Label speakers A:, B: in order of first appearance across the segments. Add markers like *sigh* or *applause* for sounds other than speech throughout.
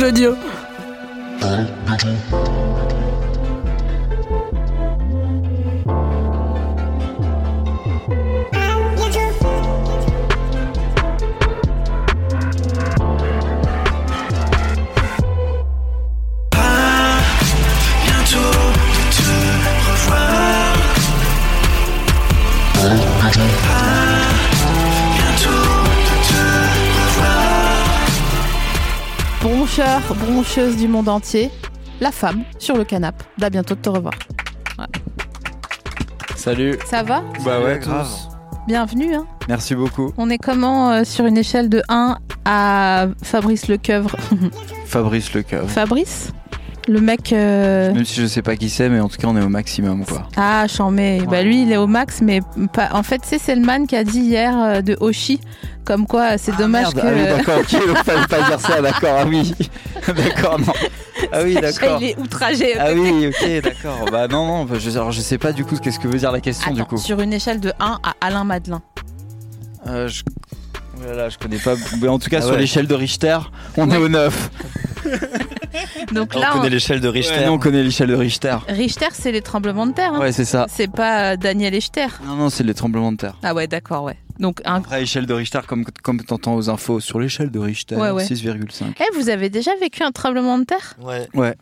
A: de Dieu.
B: Broncheur, broncheuse du monde entier, la femme sur le canapé. À bientôt de te revoir.
C: Salut.
B: Ça va
C: Bah ouais,
D: grave.
B: Bienvenue. Hein
C: Merci beaucoup.
B: On est comment euh, sur une échelle de 1 à Fabrice Lecoeuvre
C: Fabrice Lecoeuvre.
B: Fabrice Le mec. euh,
C: Même si je sais pas qui c'est, mais en tout cas, on est au maximum, quoi.
B: Ah, j'en mets. Bah, lui, il est au max, mais pas. En fait, c'est Selman qui a dit hier euh, de Oshi, comme quoi euh, c'est dommage
C: Merde,
B: que.
C: ah oui, d'accord, ok, donc fallait pas dire ça, d'accord, ah oui. *laughs* d'accord, non. Ah
B: *laughs*
C: oui, d'accord.
B: il est outragé.
C: Ah oui, ok, d'accord. Bah non, non, bah, je, alors, je sais pas du coup qu'est-ce que veut dire la question du
B: Attends,
C: coup.
B: sur une échelle de 1 à Alain Madelin.
C: Euh, je... oh là là, je connais pas. Mais en tout cas,
D: Ah
C: sur
D: ouais.
C: l'échelle de Richter, on est au 9.
B: Donc
D: On
B: là,
D: connaît
B: on-
D: l'échelle de Richter.
C: on connaît l'échelle de Richter.
B: Richter, c'est les tremblements de terre. hein.
C: Ouais, c'est ça.
B: C'est pas euh, Daniel Echter.
C: Non, non, c'est les tremblements de terre.
B: Ah ouais, d'accord, ouais. Donc, un...
C: Après, échelle de Richter, comme, comme t'entends aux infos, sur l'échelle de Richter,
B: Ouais, ouais.
C: 6,5.
B: Eh, vous avez déjà vécu un tremblement de terre
D: Ouais.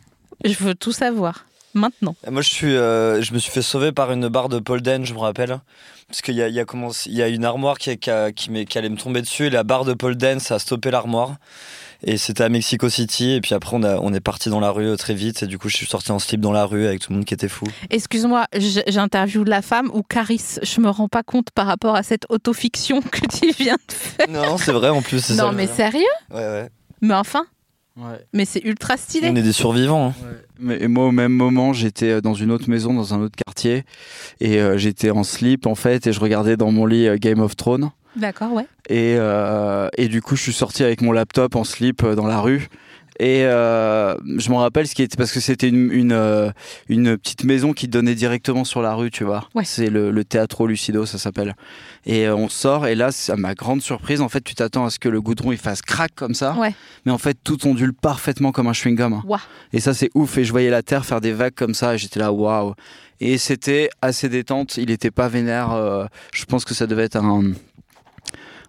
B: Je veux tout savoir. Maintenant.
D: Moi, je, suis, euh, je me suis fait sauver par une barre de Polden, je me rappelle. Parce qu'il y a, il y, a commencé- il y a une armoire qui, qui, a- qui m'est- qui allait me tomber dessus. Et la barre de Polden, ça a stoppé l'armoire. Et c'était à Mexico City. Et puis après, on, a- on est parti dans la rue euh, très vite. Et du coup, je suis sorti en slip dans la rue avec tout le monde qui était fou.
B: Excuse-moi, j- j'interviewe la femme ou Caris. Je me rends pas compte par rapport à cette autofiction que tu viens de faire.
D: non, non, c'est vrai en plus. c'est
B: Non,
D: ça,
B: mais
D: le-
B: sérieux
D: Ouais, ouais.
B: Mais enfin,
C: Ouais.
B: mais c'est ultra stylé.
D: On est des survivants. hein.
C: Mais et moi, au même moment, j'étais euh, dans une autre maison, dans un autre quartier, et euh, j'étais en slip, en fait, et je regardais dans mon lit euh, Game of Thrones.
B: D'accord, ouais.
C: Et, euh, et du coup, je suis sorti avec mon laptop en slip euh, dans la rue. Et euh, je m'en rappelle ce qui était parce que c'était une, une, euh, une petite maison qui donnait directement sur la rue, tu vois.
B: Ouais.
C: C'est le, le Teatro Lucido, ça s'appelle. Et euh, on sort et là, c'est- à ma grande surprise, en fait, tu t'attends à ce que le goudron il fasse crac comme ça.
B: Ouais.
C: Mais en fait, tout ondule parfaitement comme un chewing-gum. hein.
B: Ouah.
C: Et ça, c'est ouf. Et je voyais la terre faire des vagues comme ça. Et j'étais là, waouh. Et c'était assez détente. Il n'était pas vénère. euh, je pense que ça devait être un,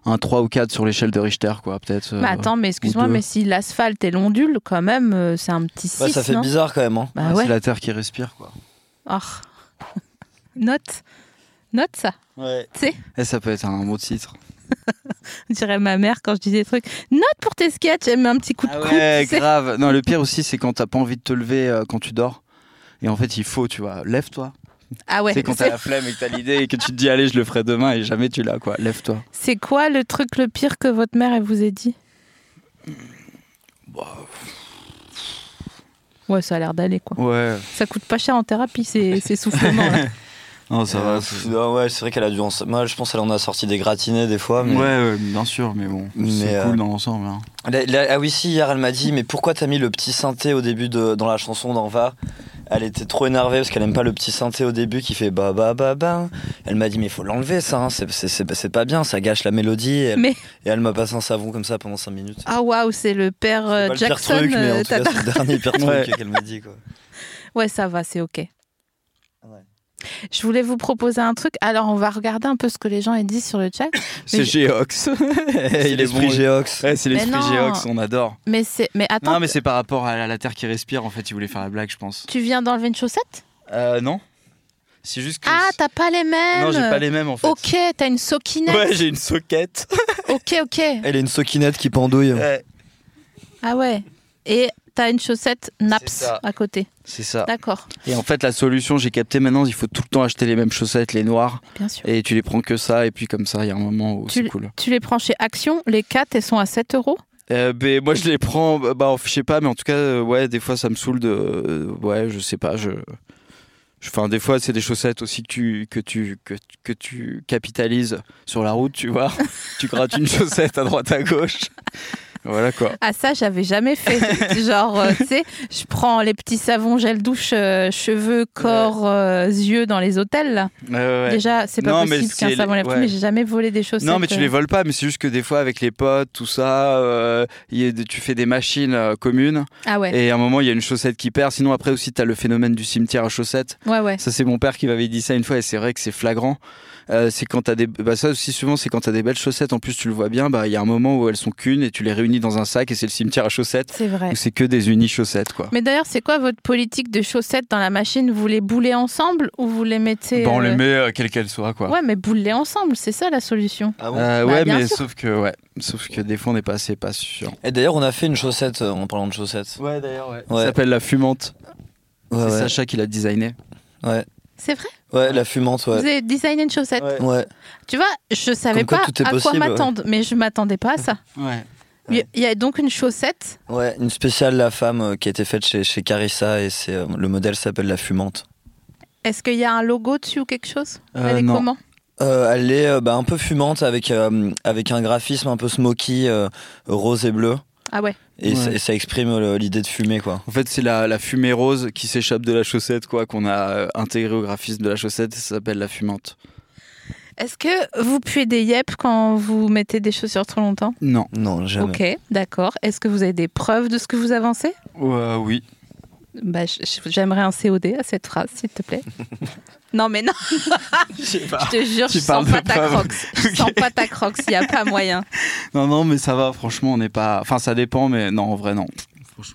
C: un 3 ou 4 sur l'échelle de Richter, quoi, peut-être. euh,
B: Mais Bah, attends, mais excuse-moi,
C: deux.
B: mais si l'asphalte et l'ondule, quand même, euh, c'est un petit 6,
D: Ouais, ça fait
B: non
D: bizarre quand même. hein.
B: Bah
C: ouais,
B: ouais.
C: Ah, C'est la terre qui respire, quoi.
B: Or. *laughs* Note. Note ça.
C: Et Eh, ça peut être un beau titre.
B: On dirait ma mère quand je dis des trucs. Note pour tes sketchs, elle met un petit coup
D: Ah
B: de coude. tu sais.
C: Ah grave. Non, le pire aussi, c'est quand t'as pas envie de te lever euh, quand tu dors. Et en fait, il faut, tu vois, lève-toi.
B: Ah ouais.
C: c'est quand t'as
B: c'est-
C: la flemme et que t'as l'idée et que tu te dis, allez, je le ferai demain et jamais tu l'as, quoi. Lève-toi.
B: C'est quoi le truc le pire que votre mère elle vous ait dit
D: Bah,
B: Ouais, ça a l'air d'aller quoi.
C: Ouais.
B: Ça coûte pas cher en thérapie, c'est c'est
D: *laughs*
B: soufflement. là.
C: Non, ça
D: Euh,
C: va.
D: pff, non, ouais, c'est vrai qu'elle a dû en. Moi, je pense qu'elle en a sorti des gratinés des fois. Mais...
C: Ouais, ouais, bien sûr, mais bon,
D: Mais,
C: c'est
D: euh,
C: cool dans l'ensemble. hein.
D: La- la- ah oui, si, hier, elle m'a dit, mais pourquoi t'as mis le petit synthé au début de, dans la chanson d'Enva Elle était trop énervée parce qu'elle aime pas le petit synthé au début qui fait ba ba ba ba. Elle m'a dit, mais il faut l'enlever, ça, hein, c'est- c'est c'est- c'est pas bien, ça gâche la mélodie. Et elle,
B: Mais-
D: et elle m'a passé un savon comme ça pendant 5 minutes.
B: ah waouh, c'est le père
D: C'est
B: euh,
D: pas le pire
B: Jackson.
D: truc, mais en
B: euh,
D: tout cas,
B: t'as-
D: c'est le dernier pire
C: *laughs* Ouais.
D: truc qu'elle m'a dit, quoi.
B: Ouais, ça va, c'est ok.
D: Ouais.
B: Je voulais vous proposer un truc. Alors, on va regarder un peu ce que les gens aient dit sur le chat.
C: C'est *laughs* Géox.
D: C'est
C: Eh, Il est
D: l'esprit
C: bon.
D: Géox.
C: Ouais, c'est l'esprit
B: Mais non.
C: Géox, on adore.
B: Mais c'est, mais attends,
C: Non, mais c'est par rapport à la, la terre qui respire, en fait, il voulait faire la blague, je pense.
B: tu viens d'enlever une chaussette
C: Euh, non C'est juste que.
B: Ah, t'as pas les mêmes.
C: non, j'ai pas les mêmes, en fait.
B: Ok, t'as une soquinette.
C: Ouais, j'ai une soquette.
B: Ok, ok.
D: Elle est une soquinette qui pendouille.
C: Ouais,
B: Ah ouais. Et t'as une chaussette Naps
C: ça. Ah.
B: à côté.
C: C'est ça.
B: D'accord.
C: Et en fait, la solution, j'ai capté maintenant, il faut tout le temps acheter les mêmes chaussettes, les noires,
B: Bien sûr.
C: et tu les prends que ça, et puis comme ça, il y a un moment où
B: Tu
C: c'est
B: l-
C: cool.
B: Tu les prends chez Action, les 4, elles sont à 7 euros.
C: Euh, ben, moi, je les prends, bah, je sais pas, mais en tout cas, euh, ouais, des fois, ça me saoule de. euh, ouais, je sais pas, je. je- Enfin, des fois, c'est des chaussettes aussi que tu, que, tu, que, que *laughs* tu capitalises sur la route, tu vois. tu grattes une chaussette à droite, à gauche. Voilà quoi.
B: Ah ça, j'avais jamais
C: *laughs*
B: fait. Genre, euh, tu sais, je prends les petits savons gel douche, euh, cheveux, corps, euh, yeux dans les hôtels. Là.
C: Ouais, ouais, ouais.
B: Déjà, c'est pas
C: Non, mais
B: possible
C: ce
B: qu'un
C: qui est-
B: savon lève tout,
C: ouais.
B: mais j'ai jamais volé des chaussettes.
C: Non, mais tu
B: euh.
C: les voles pas, mais c'est juste que des fois, avec les potes, tout ça, euh, il y a des- tu fais des machines euh, communes.
B: Ah ouais,
C: Et à un moment, il y a une chaussette qui perd. Sinon, après aussi, tu as le phénomène du cimetière à chaussettes.
B: ouais, ouais.
C: Ça, c'est mon père qui m'avait dit ça une fois, et c'est vrai que c'est flagrant. Euh, c'est quand t'as des. Bah, ça aussi, souvent, c'est quand t'as des belles chaussettes, en plus, tu le vois bien, bah, il y a un moment où elles sont qu'une et tu les réunis dans un sac, et c'est le cimetière à chaussettes,
B: C'est vrai.
C: où c'est que des unis chaussettes, quoi.
B: Mais d'ailleurs, c'est quoi votre politique de chaussettes dans la machine Vous les boulez ensemble ou vous les mettez
A: Bah, on les
B: euh,
A: met euh, quelle qu'elle soit, quoi.
B: Ouais, mais boulez ensemble, c'est ça la solution.
D: Ah
C: Euh,
B: Bah,
C: ouais,
B: bien
C: mais
B: sûr.
C: sauf que, ouais. Sauf que des fois, on n'est pas assez patient.
D: Et d'ailleurs, on a fait une chaussette euh, en parlant de chaussettes.
C: Ouais, d'ailleurs, ouais.
D: Ouais.
C: Ça s'appelle la fumante.
D: Ouais,
C: c'est
D: ouais.
C: Sacha qui l'a designé.
B: C'est vrai
D: Ouais, la fumante, ouais.
B: Vous avez designé une chaussette
D: Ouais.
B: Tu vois, je savais
D: Comme quoi,
B: pas
D: tout est
B: à quoi
D: possible, ouais.
B: m'attendre, mais je m'attendais pas à ça.
C: Ouais.
B: Il y- il y a donc une chaussette
D: ouais, une spéciale la femme euh, qui a été faite chez, chez Carissa et c'est euh, le modèle s'appelle la fumante.
B: Est-ce qu'il y a un logo dessus ou quelque chose
C: Euh,
B: Elle est
C: non.
B: comment
D: Euh, elle est euh, bah, un peu fumante avec, euh, avec un graphisme un peu smoky, euh, rose et bleu.
B: Ah ouais.
D: Et, c-
C: Ouais.
D: et ça exprime euh, l'idée de fumer, quoi.
C: En fait, c'est la, la fumée rose qui s'échappe de la chaussette, quoi, qu'on a euh, intégrée au graphisme de la chaussette. Ça s'appelle la fumante.
B: Est-ce que vous puez des yep quand vous mettez des chaussures trop longtemps
C: Non.
D: Non, jamais.
B: Ok, d'accord. Est-ce que vous avez des preuves de ce que vous avancez
C: oui.
B: bah, j- j- J'aimerais un COD à cette phrase, s'il te
C: *laughs*
B: plaît. non, mais non,
C: *laughs* Je sais pas.
B: je
C: *laughs*
B: te jure,
C: Tu
B: je sens
C: parles
B: pas
C: de
B: ta
C: preuves.
B: crocs. Je sens
C: Ok.
B: pas ta crocs, il n'y a pas
C: *laughs*
B: moyen.
C: Non, non, mais ça va, franchement, on n'est pas. Enfin, ça dépend, mais non, en vrai, non.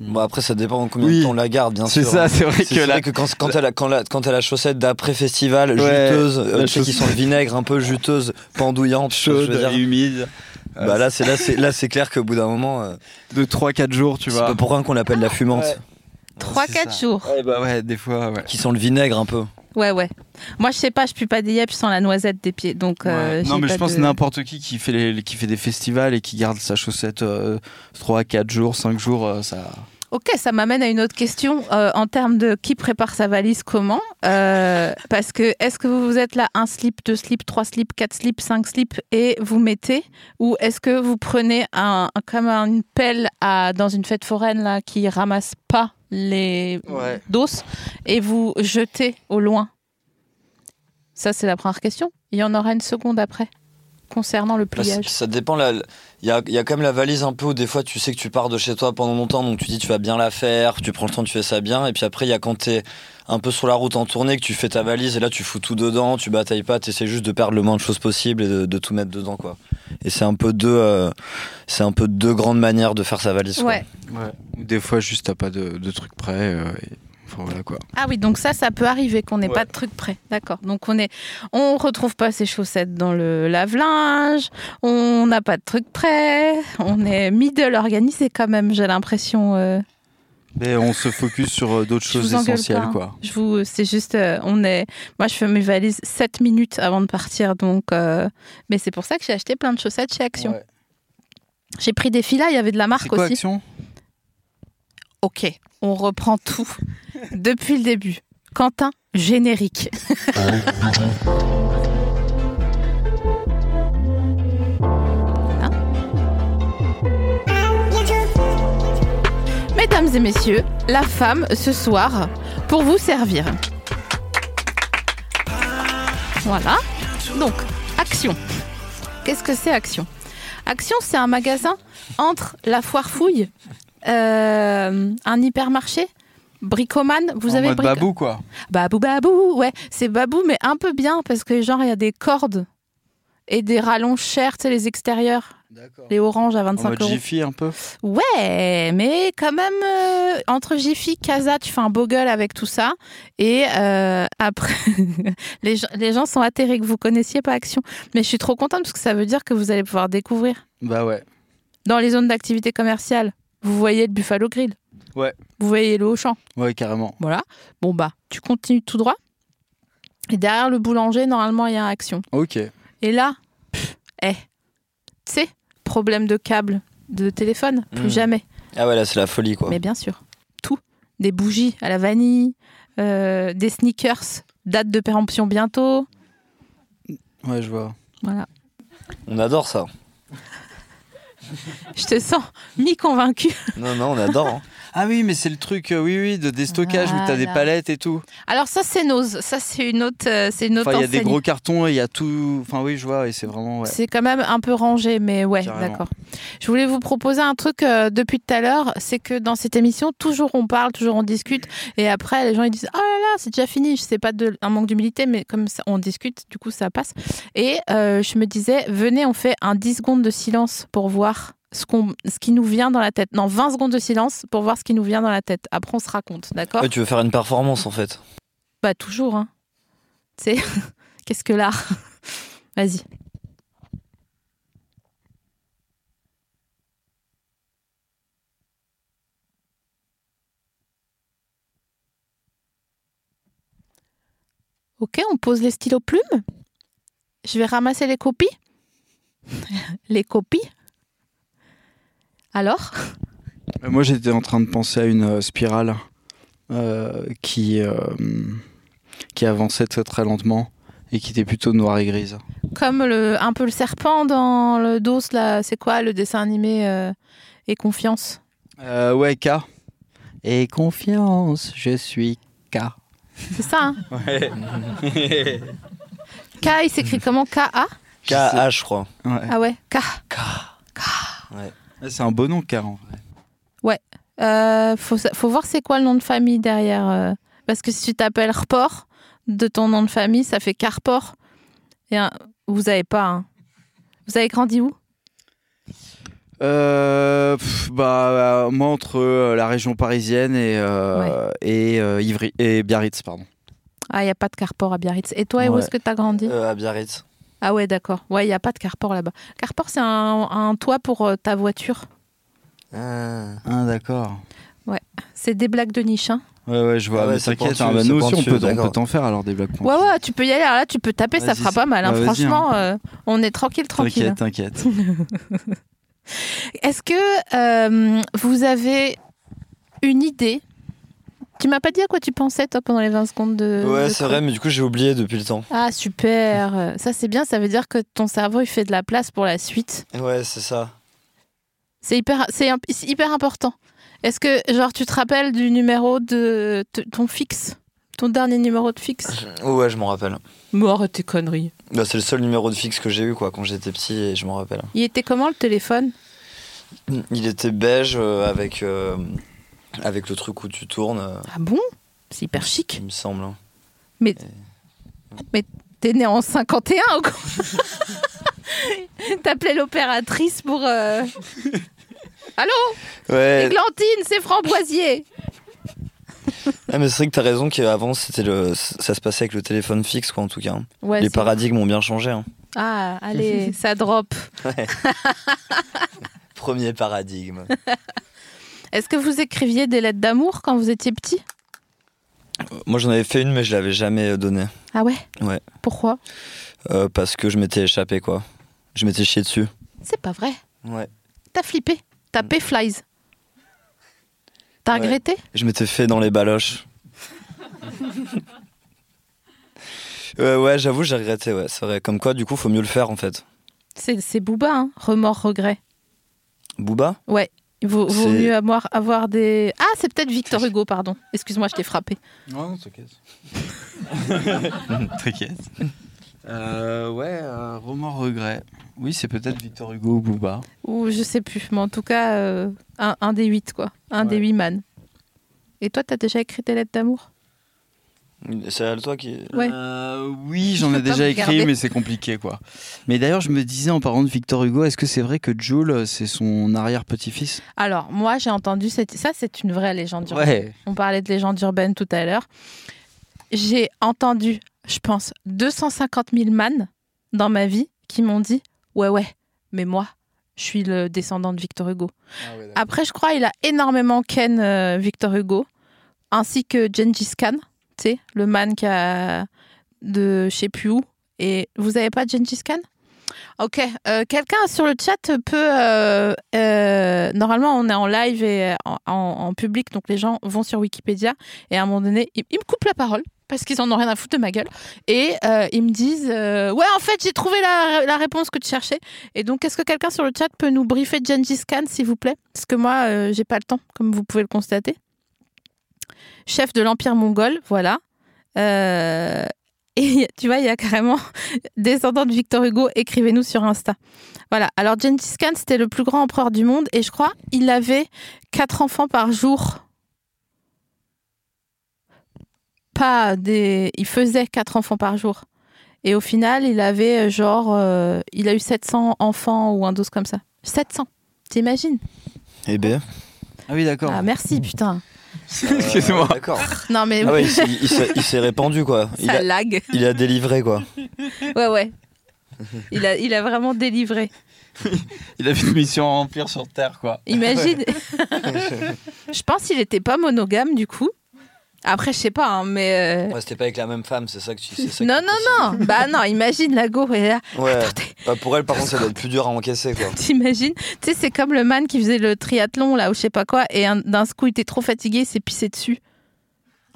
D: Bon, après, ça dépend en combien
C: Oui.
D: de temps on la garde, bien
C: C'est
D: sûr. hein.
C: ça, hein. c'est vrai
D: C'est
C: que
D: vrai
C: là.
D: que quand, quand, elle a, quand, la, quand elle a chaussette d'après-festival,
C: Ouais,
D: juteuse, euh,
C: la
D: tu sais, qui
C: chaussette.
D: sont le vinaigre, un peu juteuse, pendouillante, je veux dire.
C: humide.
D: Bah là, c'est là, c'est là, c'est clair qu'au bout d'un moment, euh,
C: De 3-4 jours, tu
D: c'est pas
C: vois.
D: pour rien qu'on l'appelle la fumante,
C: Ouais.
B: 3-4 jours.
C: Ouais, bah ouais, des fois, ouais.
D: qui sent le vinaigre un peu.
B: Ouais, ouais. Moi, je sais pas, je pue pas des yep, je sens la noisette des pieds. Donc, euh,
C: Ouais.
B: j'ai
C: Non, mais
B: pas
C: je pense
B: de-
C: n'importe qui qui fait, les, qui fait des festivals et qui garde sa chaussette 3-4 jours, 5 jours, euh, ça.
B: Ok, ça m'amène à une autre question euh, en termes de qui prépare sa valise comment. Euh, parce que est-ce que vous vous êtes là un slip, deux slips, trois slips, quatre slips, cinq slips et vous mettez Ou est-ce que vous prenez un, un- comme une pelle à, dans une fête foraine là, qui ramasse pas les
C: Ouais.
B: dos et vous jetez au loin Ça, c'est la première question. Il y en aura une seconde après concernant le
D: Bah, ça,
B: pliage.
D: ça dépend. la- Il y a, il y a quand même la valise un peu où des fois tu sais que tu pars de chez toi pendant longtemps, donc tu dis tu vas bien la faire, tu prends le temps, tu fais ça bien. Et puis après, il y a quand t'es un peu sur la route en tournée, que tu fais ta valise et là tu fous tout dedans, tu batailles pas, t'essaies juste de perdre le moins de choses possible et de, de tout mettre dedans quoi. Et c'est un peu deux, euh, c'est un peu deux grandes manières de faire sa valise. quoi.
B: Ouais.
C: Ou Des fois, juste, t'as pas de, de truc prêt. euh, et- Enfin, voilà quoi.
B: Ah oui, donc ça, ça peut arriver qu'on n'ait
D: Ouais.
B: pas de truc prêt. D'accord. Donc on est, on retrouve pas ses chaussettes dans le lave-linge. On n'a pas de truc prêt. On est middle organisé quand même. J'ai l'impression. euh,
C: Mais on se focus sur euh, d'autres
B: Je vous
C: choses
B: engueule
C: essentielles,
B: pas, hein.
C: quoi.
B: Je vous, c'est juste, euh, on est. Moi, je fais mes valises 7 minutes avant de partir. Donc, euh, mais c'est pour ça que j'ai acheté plein de chaussettes chez Action.
C: Ouais.
B: J'ai pris des filas. Il y avait de la
C: C'est
B: marque
C: quoi,
B: aussi.
C: Action
B: Ok, on reprend tout *laughs* depuis le début. Quentin, générique. Hein Mesdames et messieurs, la femme ce soir pour vous servir. Voilà. Donc, Action. Qu'est-ce que c'est Action Action, c'est un magasin entre la foire fouille euh, un hypermarché Bricoman, vous
C: En
B: avez
C: mode
B: Brico-
C: babou, quoi.
B: Babou Babou, ouais, c'est Babou mais un peu bien parce que genre il y a des cordes et des rallonges chers, tu sais les extérieurs,
C: D'accord.
B: les oranges à
C: En
B: 25
C: mode
B: euros.
C: Jiffy, un peu.
B: Ouais, mais quand même euh, entre Jiffy, Casa, tu fais un beau gueule avec tout ça et euh, après *laughs* les, gens- les gens sont atterrés que vous connaissiez pas Action, mais je suis trop contente parce que ça veut dire que vous allez pouvoir découvrir
C: Bah ouais.
B: dans les zones d'activité commerciale, vous voyez le Buffalo Grill.
C: Ouais.
B: Vous voyez le Auchan.
C: Ouais, carrément.
B: Voilà. Bon, bah, tu continues tout droit. Et derrière le boulanger, normalement, il y a action.
C: Ok.
B: Et là, pff, eh, tu sais, problème de câble de téléphone, plus
D: Mm.
B: jamais.
D: Ah ouais, là c'est la folie quoi.
B: Mais bien sûr, tout. Des bougies à la vanille, euh, des sneakers, date de péremption bientôt.
C: Ouais, je vois.
B: Voilà.
D: On adore ça.
B: Je te sens *laughs* mi-convaincu.
D: Non, non, on
B: *laughs*
D: adore. hein.
C: Ah oui, mais c'est le truc, euh, oui, oui, de déstockage où t'as des
B: Voilà.
C: palettes et tout.
B: Alors ça, c'est Nose. Ça, c'est une autre, euh, c'est une autre
C: Enfin, il y a des
B: enseigne.
C: gros cartons et il y a tout. Enfin, oui, je vois, et c'est vraiment. ouais.
B: C'est quand même un peu rangé, mais ouais,
C: Carrément.
B: d'accord. Je voulais vous proposer un truc euh, depuis tout à l'heure, c'est que dans cette émission, toujours on parle, toujours on discute, et après les gens ils disent oh là là, c'est déjà fini. Je sais pas de un manque d'humilité, mais comme ça, on discute, du coup ça passe. Et euh, je me disais, venez, on fait un 10 secondes de silence pour voir ce qu'on, ce qui nous vient dans la tête. Non, 20 secondes de silence pour voir ce qui nous vient dans la tête. Après on se raconte, d'accord
D: Ouais, tu veux faire une performance en fait.
B: Bah toujours. Hein. Tu sais, *laughs* qu'est-ce que l'art *laughs* Vas-y. Ok, on pose les stylos plumes. Je vais ramasser les copies. *laughs* les copies. Alors
C: Euh, Moi, j'étais en train de penser à une euh, spirale euh, qui, euh, qui avançait très très lentement et qui était plutôt noire et grise.
B: Comme le, un peu le serpent dans le dos, là, c'est quoi le dessin animé euh, et confiance
C: Euh, ouais, K. Et confiance, je suis K.
B: C'est ça, hein K, il s'écrit comment K-A
D: KH, je crois.
C: Ouais.
B: Ah ouais, K.
C: C'est un beau nom, K. en vrai.
B: Euh, faut, sa- faut voir c'est quoi le nom de famille derrière. euh, parce que si tu t'appelles Report de ton nom de famille, ça fait Carport. Et un- vous avez pas. hein. Vous avez grandi où
C: Euh, pff, bah, euh, moi, entre euh, la région parisienne et, euh, et, euh, Ivry, et Biarritz, pardon.
B: Ah, il n'y a pas de Carport à Biarritz. Et toi, où
C: Ouais.
B: est-ce que tu as grandi
D: Euh, à Biarritz.
B: Ah ouais, d'accord. Ouais, il n'y a pas de Carport là-bas. Carport, c'est un, un toit pour euh, ta voiture.
D: Ah.
C: Ah, d'accord.
B: C'est des blagues de niche. hein.
C: Ouais, ouais, je vois.
D: Ah ouais,
C: mais
D: c'est
C: t'inquiète,
D: pointu,
C: hein, bah,
D: c'est
C: nous aussi, on
D: pointu,
C: peut, on
D: d'accord.
C: peut t'en faire alors des blagues
B: Ouais, ouais, tu peux y aller. Alors là, tu peux taper, ça
C: Vas-y,
B: fera
C: c'est-
B: pas mal. hein.
C: Bah, vas-y, hein.
B: Franchement, euh, on est tranquille, tranquille.
C: T'inquiète, t'inquiète.
B: *laughs* Est-ce que euh, vous avez une idée Tu m'as pas dit à quoi tu pensais, toi, pendant les 20 secondes de.
D: Ouais,
B: de
D: c'est
B: creux.
D: vrai, mais du coup, j'ai oublié depuis le temps.
B: Ah, super. Euh, Ça, c'est bien. Ça veut dire que ton cerveau, il fait de la place pour la suite.
D: Ouais, c'est ça.
B: C'est hyper, c'est imp- c'est hyper important. Est-ce que, genre, tu te rappelles du numéro de, de ton fixe Ton dernier numéro de fixe
D: Ouais, je m'en rappelle.
B: Mort tes conneries.
D: Bah, c'est le seul numéro de fixe que j'ai eu quoi quand j'étais petit et je m'en rappelle.
B: Il était comment le téléphone
D: Il était beige euh, avec, euh, avec le truc où tu tournes, euh,
B: Ah bon C'est hyper chic.
D: il me semble. hein.
B: T'es né en 51 ou quoi *laughs* T'appelais l'opératrice pour. euh,
D: *laughs*
B: Allô
D: Ouais,
B: Églantine, c'est Framboisier
D: ah, mais c'est vrai que t'as raison qu'avant c'était le... ça se passait avec le téléphone fixe quoi en tout cas. hein.
B: ouais,
D: Les
B: c'est-
D: paradigmes ont bien changé. hein.
B: Ah, allez, ça drop.
D: *laughs* Premier paradigme.
B: Est-ce que vous écriviez des lettres d'amour quand vous étiez petit
D: Moi j'en avais fait une mais je l'avais jamais euh, donnée
B: Ah ouais
D: Ouais.
B: Pourquoi
D: Euh, parce que je m'étais échappé quoi. Je m'étais chié dessus.
B: C'est pas vrai.
D: Ouais.
B: T'as flippé. T'as pay flies. T'as
D: Mm. Ouais.
B: regretté
D: Je m'étais fait dans les *laughs* baloches. ouais, Euh, ouais, j'avoue, j'ai regretté, ouais, c'est vrai. Comme quoi, du coup, faut mieux le faire en fait.
B: C'est c'est Booba, hein remords, regret.
D: Booba
B: Vaut, vaut
D: C'est-
B: mieux avoir, avoir des. Ah, c'est peut-être Victor Hugo, pardon. Excuse-moi, je t'ai frappé.
C: Non, non, t'inquiète. *laughs* t'inquiète. Euh, ouais, euh, roman regret. Oui, c'est peut-être Victor Hugo ou Booba.
B: Ou je sais plus, mais en tout cas, euh, un, un des huit, quoi. Un des
C: Ouais.
B: huit man. Et toi, t'as déjà écrit des lettres d'amour
D: C'est elle, toi qui.
B: Ouais.
C: Euh, oui, j'en
B: Je
C: ai
B: peux pas
C: déjà
B: vous garder.
C: écrit, mais c'est compliqué, quoi. Mais d'ailleurs, je me disais en parlant de Victor Hugo, est-ce que c'est vrai que Jules, c'est son arrière-petit-fils
B: Alors, moi, j'ai entendu. cette- Ça, c'est une vraie légende urbaine.
C: Ouais.
B: On parlait de légende urbaine tout à l'heure. J'ai entendu, je pense, 250 000 man dans ma vie qui m'ont dit Ouais, ouais, mais moi, je suis le descendant de Victor Hugo. Après, je crois il a énormément ken euh, Victor Hugo, ainsi que Gengis Khan, tu sais, le man qui a de je sais plus où. Et vous avez pas Gengis Khan Ok. Euh, Quelqu'un sur le chat peut. euh, euh, normalement, on est en live et euh, en, en- en public, donc les gens vont sur Wikipédia et à un moment donné, ils, ils me coupent la parole parce qu'ils en ont rien à foutre de ma gueule et euh, ils me disent euh, Ouais, en fait, j'ai trouvé la, la réponse que tu cherchais. Et donc, est-ce que quelqu'un sur le chat peut nous briefer Gengis Khan, s'il vous plaît Parce que moi, euh, j'ai pas le temps, comme vous pouvez le constater. Chef de l'Empire mongol, voilà. Euh, *laughs* et tu vois, il y a carrément *laughs* descendant de Victor Hugo, écrivez-nous sur Insta. Voilà. Alors, Gengis Khan, c'était le plus grand empereur du monde et je crois il avait quatre enfants par jour. Pas des. Il faisait quatre enfants par jour. Et au final, il avait euh, genre. euh, il a eu 700 enfants ou un dose comme ça. 700. T'imagines
D: Eh *laughs* ben.
C: Ah oui, d'accord.
B: Ah, merci, putain.
C: Excusez-moi.
D: D'accord.
B: Non, mais
D: Mmh. Ah ouais, il s'est- il s'est- il s'est répandu quoi. *laughs* Il
B: ça
D: a,
B: lag.
D: il a délivré quoi.
B: *laughs* Ouais, ouais. Il a, il a vraiment délivré.
C: Il a fait une mission à remplir sur Terre, quoi.
B: Imagine. *laughs* je pense qu'il n'était pas monogame du coup. Après, je sais pas, hein, mais. euh,
D: Ouais, c'était pas avec la même femme, c'est ça que tu c'est ça que
B: Non,
D: tu
B: non, non. Bah non, imagine la go. Et là,
D: Ouais.
B: attendez,
D: Bah, pour elle, par contre, ça doit être plus dur à encaisser quoi.
B: t'imagines Tu sais, c'est comme le man qui faisait le triathlon là ou je sais pas quoi, et un- d'un coup, il était trop fatigué, il s'est pissé dessus.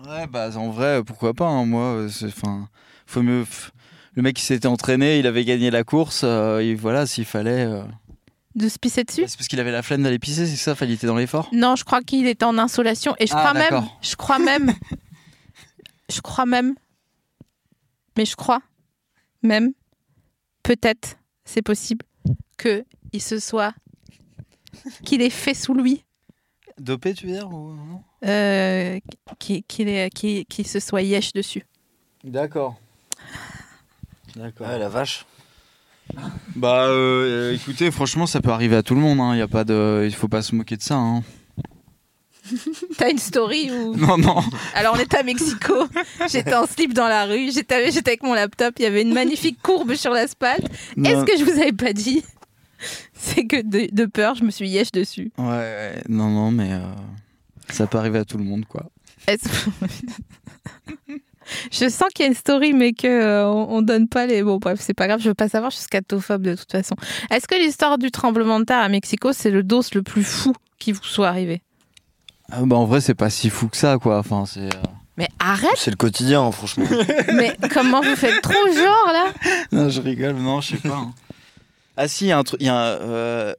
C: Ouais, bah en vrai, pourquoi pas, hein, moi, euh, c'est- enfin, faut mieux... f- Le mec, il s'était entraîné, il avait gagné la course, euh, et voilà, s'il fallait... euh,
B: De se pisser dessus
C: C'est parce qu'il avait la flemme d'aller pisser, c'est ça, fallait il était dans l'effort
B: Non, je crois qu'il était en insolation. Et je
C: Ah,
B: crois même.
C: d'accord.
B: Je crois
C: *laughs*
B: même. je crois même. Mais je crois même. Peut-être, c'est possible, que il se soit. qu'il ait fait sous lui.
C: Dopé, tu veux dire ou... non
B: euh, qu'il qu'il ait- qu'il- qu'il se soit yesh dessus.
C: D'accord. D'accord.
D: Ouais, la vache.
C: Bah euh, euh, écoutez, franchement, ça peut arriver à tout le monde, hein, y a pas de... il faut pas se moquer de ça. hein.
B: *laughs* T'as une story où.
C: Non, non.
B: *laughs* Alors, on était à Mexico, *laughs* j'étais en slip dans la rue, j'étais j'étais avec mon laptop, il y avait une magnifique courbe sur l'asphalte. Est-ce
C: non.
B: que je vous avais pas dit *laughs* C'est que de, de peur, je me suis yesh dessus.
C: Ouais, ouais, non, non, mais euh, ça peut arriver à tout le monde, quoi.
B: Est-ce- *laughs* je sens qu'il y a une story, mais que euh, on on donne pas les. Bon, bref, c'est pas grave, je veux pas savoir, je suis scatophobe de toute façon. Est-ce que l'histoire du tremblement de terre à Mexico, c'est le dos le plus fou qui vous soit arrivé
C: Ah, bah en vrai, c'est pas si fou que ça, quoi. Enfin, c'est... euh,
B: Mais
C: *laughs*
B: arrête
D: C'est le quotidien,
B: *laughs*
D: hein, franchement.
B: Mais comment vous faites trop genre là
C: Non, je rigole, non, je sais pas. hein. *laughs* ah si, il y a un truc, il y a un, euh,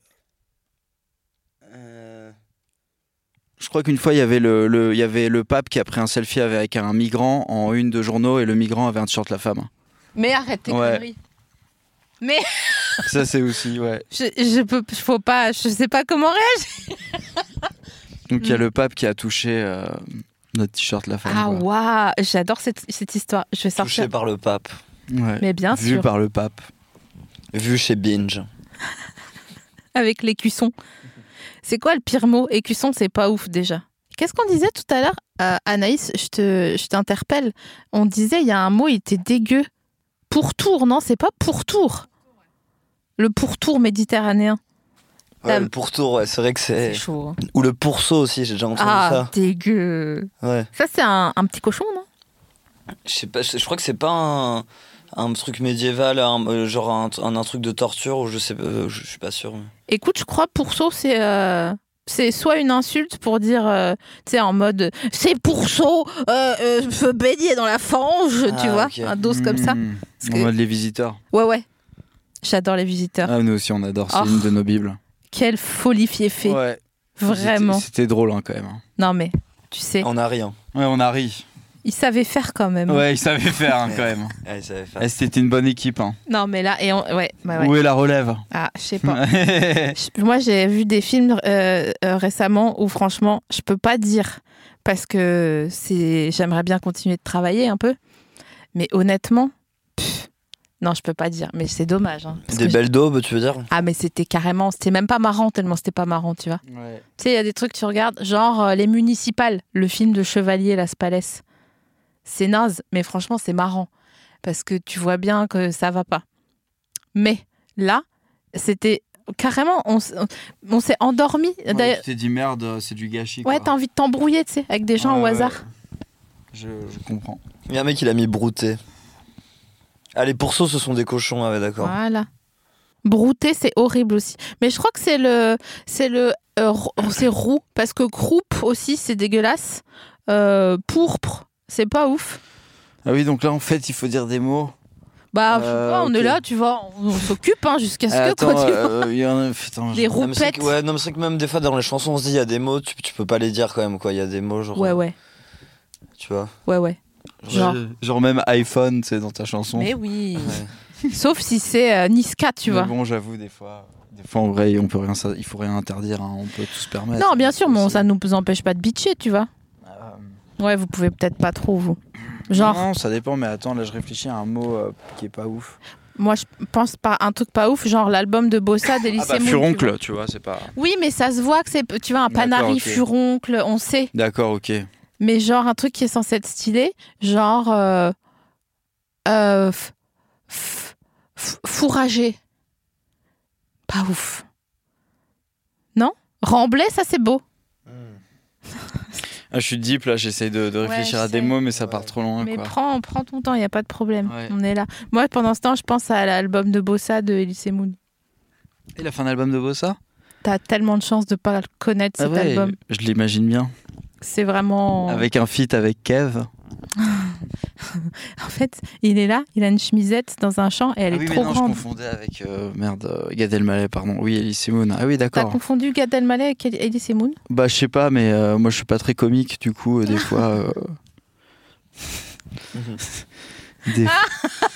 C: euh, Je crois qu'une fois, il y avait le, le- il y avait le pape qui a pris un selfie avec un migrant en une de journaux et le migrant avait un t-shirt la femme.
B: Mais arrête tes
C: Ouais.
B: conneries.
C: *laughs* Ça, c'est aussi, ouais.
B: Je, je peux, faut pas, je sais pas comment réagir.
C: Donc il y a le pape qui a touché euh, notre t-shirt la femme.
B: Mm. Ah
C: quoi.
B: waouh, j'adore cette, cette histoire. Je vais sortir.
D: Touché par le pape.
C: Ouais.
B: Mais bien
C: Vu
B: sûr,
C: par le pape.
D: Vu chez Binge.
B: avec l'écusson. C'est quoi le pire mot Écusson, c'est pas ouf déjà. Qu'est-ce qu'on disait tout à l'heure Euh, Anaïs, je te, je t'interpelle. On disait il y a un mot, il était dégueu. Pourtour, non, c'est pas pourtour. Le pourtour méditerranéen.
D: Ouais,
B: Ah,
D: le pourtour, ouais, c'est vrai que c'est.
B: C'est chaud. hein.
D: Ou le pourceau aussi, j'ai déjà entendu
B: Ah, dégueu.
D: ça. Ouais.
B: Ça, c'est un, un petit cochon, non
D: Je sais pas, je je crois que c'est pas un, un truc médiéval, un- euh, genre un, un- un truc de torture, ou je sais pas, euh, je je suis pas sûr. mais-
B: Écoute, je crois pourceau, c'est euh, c'est soit une insulte pour dire, euh, tu sais, en mode c'est pourceau, euh, euh, feu baigner dans la fange, tu
D: Ah,
B: vois,
D: ok.
B: un dos comme ça.
C: Mmh.
B: Parce
C: En
B: que-
C: mode les visiteurs.
B: Ouais, ouais. J'adore les visiteurs.
C: Ah, nous aussi, on adore, c'est
B: Oh.
C: une de nos bibles.
B: Quelle folie fieffée.
C: Ouais.
B: Vraiment.
C: C'était c'était drôle, hein, quand même. hein.
B: Non, mais tu sais,
D: On a rien.
C: Ouais, on a ri.
B: ils savaient faire quand même.
C: Ouais, ils savaient faire, hein, quand même.
D: Allez, ça va faire.
C: Eh, C'était une bonne équipe. Hein.
B: Non, mais là, et on... ouais, bah ouais.
C: Où est la relève
B: Ah, je sais pas.
C: *laughs*
B: Je- Moi, j'ai vu des films euh, euh, récemment où, franchement, je peux pas dire parce que c'est. J'aimerais bien continuer de travailler un peu, mais honnêtement, pff, non, je peux pas dire. Mais c'est dommage. hein, parce
D: Des
B: que
D: belles daubes, tu veux dire
B: je- Ah, mais c'était carrément. C'était même pas marrant tellement c'était pas marrant, tu vois. Tu sais, il y a des trucs que tu regardes, genre euh, les municipales, le film de Chevalier Las Palais. C'est naze, mais franchement, c'est marrant parce que tu vois bien que ça va pas. Mais là, c'était carrément, on, s- on s'est endormi. D'ailleurs,
C: Tu t'es dit merde, euh, c'est du gâchis.
B: ouais, t'as
C: quoi.
B: envie de t'embrouiller, tu sais, avec des gens
C: Ouais,
B: au
C: ouais.
B: hasard.
C: Je, je comprends.
D: Il y a un mec, il a mis brouté. Ah, les pourceaux, ce sont des cochons, ah ouais, d'accord.
B: Voilà. Brouter, c'est horrible aussi. Mais je crois que c'est le, c'est le, euh, ro- c'est roux parce que croupe aussi, c'est dégueulasse. Euh, pourpre, c'est pas ouf.
C: Ah oui, donc là, en fait, il faut dire des mots.
B: Bah, je sais
C: Euh,
B: pas, on est
C: ok.
B: là, tu vois, on, on s'occupe hein, jusqu'à ce
C: Euh,
B: que
C: attends,
B: quand tu-
C: euh, il y en a- putain,
B: les
D: Non, mais c'est
B: roupettes.
D: que- ouais, non, mais c'est que même des fois dans les chansons, on se dit, il y a des mots, tu, tu peux pas les dire quand même, quoi. Il y a des mots, genre.
B: ouais, ouais,
D: Tu vois.
B: ouais, ouais. Genre.
C: genre même iPhone, c'est dans ta chanson.
B: Mais oui. Sauf si c'est euh, Niska, tu
C: Mais
B: vois.
C: bon, j'avoue, des fois, des fois, en vrai, on peut rien, sa- il faut rien interdire, hein, on peut tout se permettre.
B: non, bien sûr, mais on-
C: Aussi.
B: ça nous empêche pas de bitcher, tu vois.
C: Euh,
B: Ouais, vous pouvez peut-être pas trop, vous. Genre,
C: Non, ça dépend, mais attends, là, je réfléchis à un mot euh, qui est pas ouf.
B: moi, je pense pas un truc pas ouf, genre l'album de Bossa
C: Ah bah,
B: d'Elysée
C: tu vois, c'est pas.
B: Oui, mais ça se voit que c'est, tu vois, un
C: D'accord,
B: panari
C: ok.
B: furoncle, on sait.
C: D'accord, ok.
B: Mais genre un truc qui est censé être stylé, genre euh, euh, f- f- f- fourragé. Pas ouf. Non Remblai, ça c'est beau.
D: Hmm.
C: Ah, je suis deep là, j'essaye de, de
B: Ouais,
C: réfléchir
B: je
C: à
B: sais.
C: des mots, mais ça part
D: Ouais.
C: trop loin.
B: Mais
C: quoi.
B: prends, prends ton temps, il n'y a pas de problème.
C: Ouais.
B: On est là. Moi, pendant ce temps, je pense à l'album de Bossa de Elise Moon.
C: Il a fait un album de Bossa
B: T'as tellement de chance de pas le connaître
C: Ah
B: cet album. Oh.
C: Je l'imagine bien.
B: C'est vraiment.
C: Avec un feat avec Kev.
B: *laughs* En fait, il est là, il a une chemisette dans un champ et elle
C: ah
B: est
C: oui, mais
B: trop
C: non,
B: grande.
C: je confondais avec. euh, merde, euh, Gad Elmaleh, pardon. Oui, Elise Moon. Ah oui,
B: T'as
C: d'accord.
B: confondu Gad Elmaleh avec Elise Moon
C: Bah, je sais pas, mais euh, moi, je suis pas très comique, du coup,
B: *laughs*
C: euh, des fois. *laughs* euh, des-
B: Ah.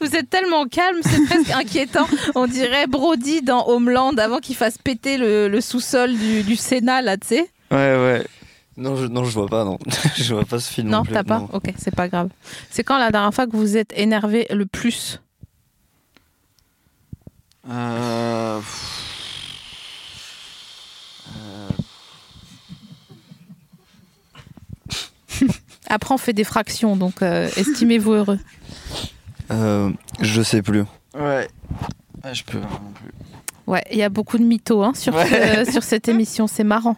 B: Vous êtes tellement calme, c'est presque inquiétant. On dirait Brody dans Homeland avant qu'il fasse péter le, le sous-sol du, du Sénat, là, tu sais.
C: Ouais, ouais.
D: Non, je, non, je vois pas, non. *laughs* je vois pas ce film.
B: Non,
D: plus,
B: t'as pas
D: non.
B: Ok, c'est pas grave. C'est quand la dernière fois que vous êtes énervé le plus
C: Euh,
B: Après, on fait des fractions, donc euh, estimez-vous heureux.
D: Euh, je sais plus.
C: Ouais. Ah, je peux. Non plus.
B: Ouais, il y a beaucoup de mythos hein, sur,
C: Ouais.
B: ce- sur cette émission, c'est marrant.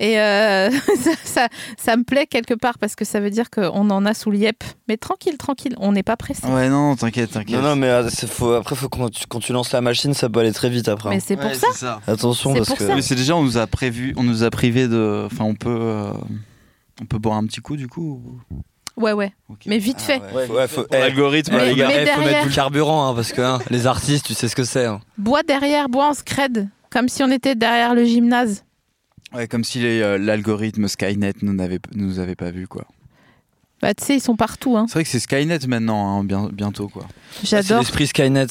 B: Et euh, *laughs* ça, ça, ça me plaît quelque part parce que ça veut dire qu'on en a sous le yep. Mais tranquille, tranquille, on n'est pas pressé.
C: Ouais, non, non, t'inquiète, t'inquiète.
D: Non, non, mais euh, c'est- faut, après, faut, quand, tu, quand tu lances la machine, ça peut aller très vite après. hein.
B: Mais c'est pour
C: Ouais,
B: ça.
C: c'est ça.
D: Attention,
B: C'est
D: parce
B: pour
D: que.
B: ça.
C: Mais c'est déjà, on nous a prévu, on nous a privé de. Enfin, on peut. euh, On peut boire un petit coup, du coup ou-
B: Ouais, ouais.
C: Ok.
B: Mais vite fait.
D: Ah ouais, faut- ouais, faut- eh,
C: Algorithme,
D: eh,
B: Mais-
D: les gars,
B: mais
D: eh, faut
B: derrière-
D: mettre du carburant, hein, parce que hein, les artistes, tu sais ce que c'est. hein.
B: Bois derrière, bois en scred, comme si on était derrière le gymnase.
C: Ouais, comme si les, euh, l'algorithme Skynet nous n'avait nous avait pas vu quoi.
B: Bah, tu sais, ils sont partout. Hein.
C: C'est vrai que c'est Skynet maintenant, hein, bien- bientôt quoi.
D: C'est
B: J'adore.
D: l'esprit Skynet.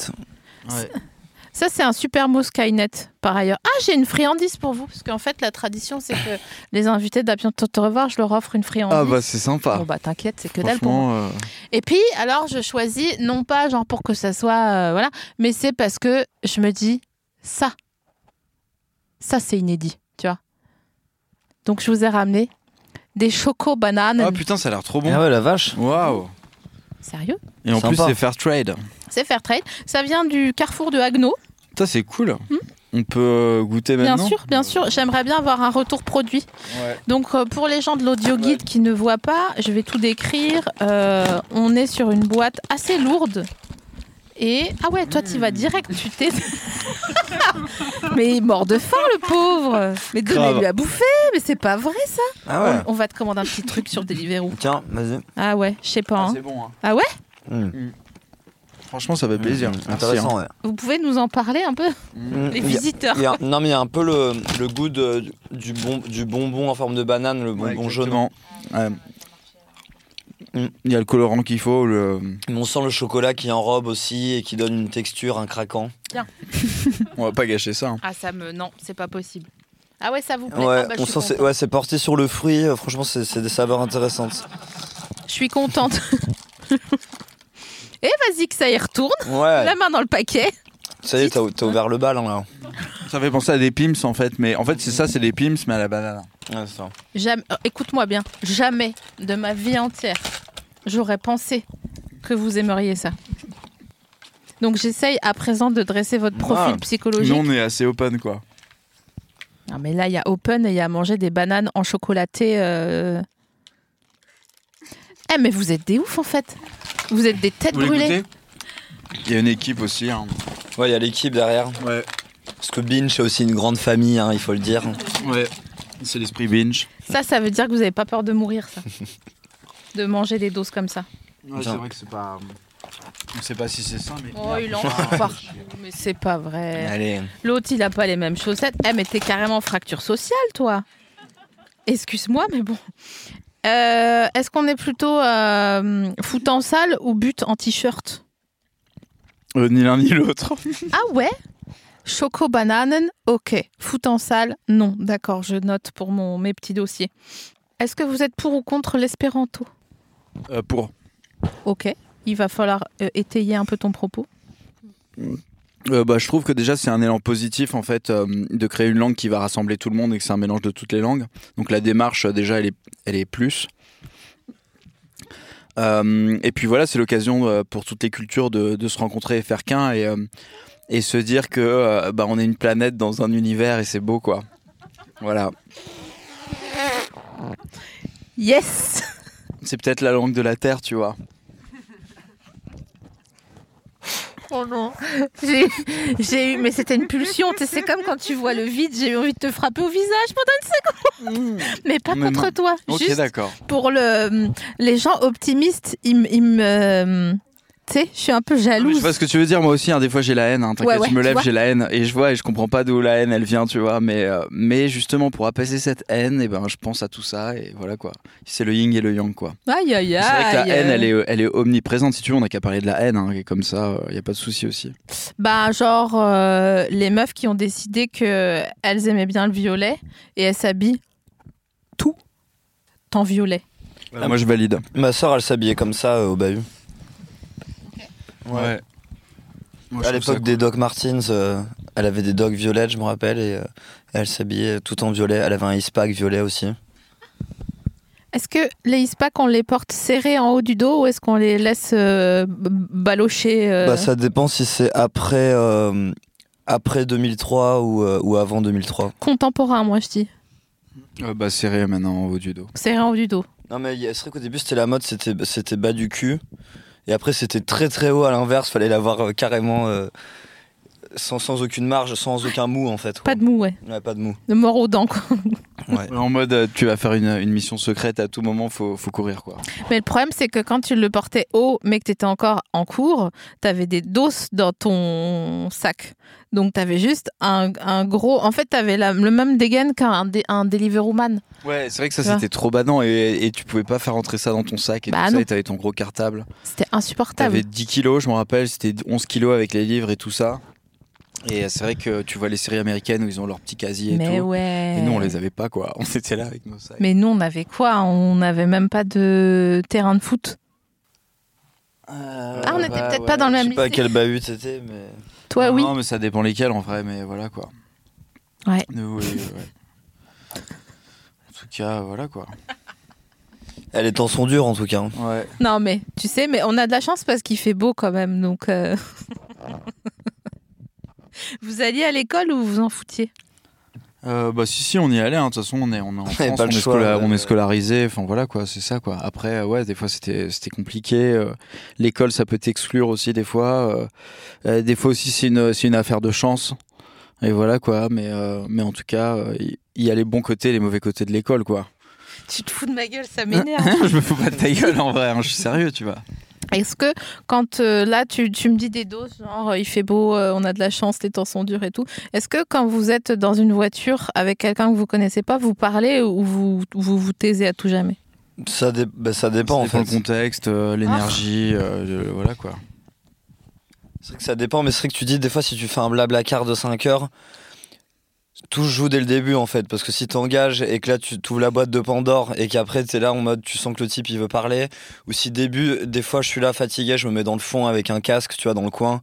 B: Ça, c'est un super mot Skynet, par ailleurs. Ah, j'ai une friandise pour vous, parce qu'en fait, la tradition, c'est que les invités d'Apion de te revoir, je leur offre une friandise.
C: Ah bah c'est sympa.
B: Bon, bah, t'inquiète, c'est que dalle pour moi.
C: Franchement, euh,
B: Et puis, alors, je choisis, non pas genre pour que ça soit. euh, voilà, mais c'est parce que je me dis, ça, ça, c'est inédit, tu vois. Donc, je vous ai ramené des choco bananes.
C: ah putain, ça a l'air trop
D: Ah
C: bon.
D: ouais, la vache.
C: Waouh.
B: Sérieux
C: Et en plus
D: Sympa.
C: c'est fair trade.
B: C'est fair trade. Ça vient du carrefour de Agno,
C: Ça c'est cool. On peut euh,
D: Eh
C: goûter
B: Hmm.
D: ben
B: bien
C: maintenant.
B: sûr, bien sûr. J'aimerais bien avoir un retour produit. Donc, euh, pour les gens de l'audio guide qui ne voient pas, je vais tout décrire. Euh, on est sur une boîte assez lourde. Et ah ouais, toi tu vas
D: Hmm.
B: direct, tu t'es. *laughs* mais il est mort de faim le pauvre. Mais donnez-lui à bouffer, mais c'est pas vrai ça.
D: Ah ouais.
B: On, on va te commander un petit truc sur Deliveroo.
D: Tiens, vas-y.
B: Ah ouais, je sais pas. hein.
C: bon.
B: Ah ouais
D: Mmh.
C: Franchement, ça fait plaisir.
D: Mmh,
C: Merci. hein.
D: Intéressant, ouais.
B: Vous pouvez nous en parler un peu,
D: Mmh.
B: les
D: Il y a-
B: visiteurs.
D: il y a- non, mais il y a un peu le, le goût de- du, bon, du bonbon en forme de banane, le
C: Ouais,
D: bonbon jaune.
C: exactement. Ouais. hein. Mm. Il y a le colorant qu'il faut. Le...
D: Mais on sent le chocolat qui enrobe aussi et qui donne une texture, un craquant.
C: On va pas gâcher ça. hein.
B: Ah ça me non, c'est pas possible. Ah ouais, ça vous plaît.
D: Ouais,
B: Ah bah, je
D: on
B: suis
D: sent, c'est-
B: contente.
D: ouais, c'est porté sur le fruit. euh, Franchement, c'est c'est des saveurs intéressantes.
B: Je suis contente. *laughs* Et vas-y que ça y retourne,
D: Ouais,
B: la main dans le paquet.
D: ça y est, t'as t'as ouvert le bal hein, là.
C: Ça fait penser à des pims en fait, mais en fait c'est ça, c'est des pims mais à la banane.
D: Ouais, c'est ça.
B: Jamais- euh, écoute-moi bien, jamais de ma vie entière, j'aurais pensé que vous aimeriez ça. Donc j'essaye à présent de dresser votre profil
C: Ah,
B: psychologique.
C: Nous on est assez open quoi.
B: Non mais là, il y a open et il y a manger des bananes en chocolaté. euh. Eh mais vous êtes des oufs en fait. Vous êtes des têtes
C: Vous voulez
B: brûlées.
C: goûter Il y a une équipe aussi. hein.
D: Ouais, il y a l'équipe derrière.
C: Ouais,
D: Parce que Binge, c'est aussi une grande famille, hein, il faut le dire.
C: ouais. C'est l'esprit binge.
B: Ça, ça veut dire que vous n'avez pas peur de mourir, ça. de manger des doses comme ça.
C: Ouais,
D: c'est
C: vrai que c'est pas. On sait pas si c'est ça, mais.
B: Oh,
C: *laughs*
B: il en part. Mais c'est pas vrai.
D: Allez.
B: L'autre, il a pas les mêmes chaussettes. Eh, mais t'es carrément en fracture sociale, toi. Excuse-moi, mais bon. Euh, Est-ce qu'on est plutôt euh, foot en salle ou but en t-shirt
C: Euh, ni l'un ni l'autre.
B: Ah ouais Choco bananen, ok. Foot en salle, non. D'accord, je note pour mon, mes petits dossiers. Est-ce que vous êtes pour ou contre l'espéranto
C: Euh, pour.
B: Ok. Il va falloir euh, étayer un peu ton propos.
C: Euh, bah, je trouve que déjà c'est un élan positif en fait euh, de créer une langue qui va rassembler tout le monde et que c'est un mélange de toutes les langues. Donc la démarche euh, déjà elle est, elle est plus. Euh, et puis voilà, c'est l'occasion euh, pour toutes les cultures de, de se rencontrer et faire qu'un et, euh, et se dire que euh, bah, on est une planète dans un univers et c'est beau quoi. Voilà,
B: Yes
C: c'est peut-être la langue de la Terre, tu vois.
B: Oh non J'ai j'ai eu, mais c'était une pulsion, tu sais, c'est comme quand tu vois le vide, j'ai eu envie de te frapper au visage pendant une seconde Mais pas
C: Mais
B: contre
C: non.
B: toi,
C: Ok,
B: juste
C: d'accord.
B: pour le, mm, les gens optimistes, ils, me- ils me... mm, Tu sais, je suis un peu
C: Non, mais Je
B: jalouse.
C: sais pas ce que tu veux dire, moi aussi, hein, des fois j'ai la haine, hein, t'inquiète,
B: Ouais, ouais,
C: je me
B: tu
C: lève,
B: vois.
C: j'ai la haine, et je vois et je comprends pas d'où la haine elle vient, tu vois, mais, euh, mais justement pour apaiser cette haine, et ben, je pense à tout ça, et voilà quoi. C'est le yin et le yang quoi.
B: Aïe, aïe, aïe.
C: C'est vrai que la haine elle est, elle est omniprésente, si tu veux, on n'a qu'à parler de la haine, hein, et comme ça, il y a pas de souci aussi.
B: Bah, genre, euh, les meufs qui ont décidé que elles aimaient bien le violet et elles s'habillent tout en violet.
D: Ah,
C: moi je valide.
D: Ma soeur, elle s'habillait comme ça euh, au bahut. Ouais. à l'époque des Doc Martins, euh, elle avait des Doc violettes, je me rappelle, et euh, elle s'habillait tout en violet. Elle avait un Ispac violet aussi.
B: Euh. Est-ce que les hispacks, on les porte serrés en haut du dos ou est-ce qu'on les laisse euh, b- balocher euh,
D: Bah, ça dépend si c'est après, euh, après 2003 ou, euh, ou avant 2003.
B: Contemporain, moi je dis.
C: Euh, bah serré maintenant au haut du dos.
B: Serré en haut du dos.
D: Non, mais il y a- c'est vrai qu'au début, c'était la mode, c'était c'était bas du cul. Et après, c'était très très haut à l'inverse. Fallait l'avoir euh, carrément euh, sans, sans aucune marge, sans aucun mou en fait.
B: Pas de mou, ouais.
D: mou. Ouais, pas de mou.
B: De mort aux dents, quoi.
D: Ouais.
C: En mode euh, tu vas faire une, une mission secrète, à tout moment faut, faut courir quoi.
B: *laughs* Mais le problème, c'est que quand tu le portais haut, mais que tu étais encore en cours, tu avais des doses dans ton sac. Donc, tu avais juste un, un gros. En fait, tu avais le même dégaine qu'un dé- un Deliveroo man.
C: Ouais, c'est vrai que ça
B: Tu vois.
C: c'était trop badant et, et tu pouvais pas faire rentrer ça dans ton sac et
B: Bah,
C: tout
B: non.
C: ça et t'avais ton gros cartable.
B: C'était insupportable.
C: T'avais 10 kilos, je me rappelle, c'était 11 kilos avec les livres et tout ça. Et euh, c'est vrai que tu vois les séries américaines où ils ont leur petit casier et
B: Mais
C: tout.
B: ouais.
C: Et nous, on les avait pas, quoi. On était là avec nos sacs.
B: Mais nous, on avait quoi On n'avait même pas de terrain de foot. Ah, on était peut-être pas dans le
D: bah Je
B: même
D: sais pas à
B: lycée.
D: quel bahut c'était, mais.
B: Toi,
C: non,
B: oui.
C: Non, mais ça dépend lesquels, en vrai, mais voilà, quoi.
B: Ouais.
C: Nous, oui, ouais. En tout cas, voilà, quoi.
D: Eh, Les temps sont durs en tout cas. hein.
C: Ouais.
B: Non, mais tu sais, mais on a de la chance parce qu'il fait beau quand même. Donc, *laughs* euh. vous alliez à l'école ou vous en foutiez
C: Euh, bah si si on y allait hein. de toute façon on
D: *laughs*
C: est on est en
D: avait
C: France
D: pas
C: on,
D: le
C: est
D: choix,
C: scola-
D: euh,
C: on est scolarisé enfin voilà quoi c'est ça quoi après euh, ouais des fois c'était c'était compliqué euh, l'école ça peut t'exclure aussi des fois euh, euh, des fois aussi c'est une c'est une affaire de chance et voilà quoi mais euh, mais en tout cas euh, il il y a les bons côtés et les mauvais côtés de l'école quoi *laughs*
B: Tu te fous de ma gueule, ça m'énerve.
C: je me fous pas de ta gueule en vrai hein, je suis sérieux tu vois
B: *laughs* Est-ce que quand euh, là tu, tu me dis des doses, genre euh, il fait beau, euh, on a de la chance, les temps sont durs et tout, est-ce que quand vous êtes dans une voiture avec quelqu'un que vous connaissez pas, vous parlez ou vous vous, vous taisez à tout jamais
D: Ça, dé- bah, ça dépend en
C: Ça dépend
D: fait.
C: le contexte euh, l'énergie euh, le- voilà quoi
D: C'est vrai que ça dépend, mais c'est vrai que tu dis des fois si tu fais un blabla quart de 5 heures, tout se joue dès le début en fait. Parce que si t'engages et que là tu t'ouvres la boîte de Pandore et qu'après t'es là en mode tu sens que le type il veut parler, ou si début, des fois je suis là fatigué, je me mets dans le fond avec un casque, tu vois, dans le coin,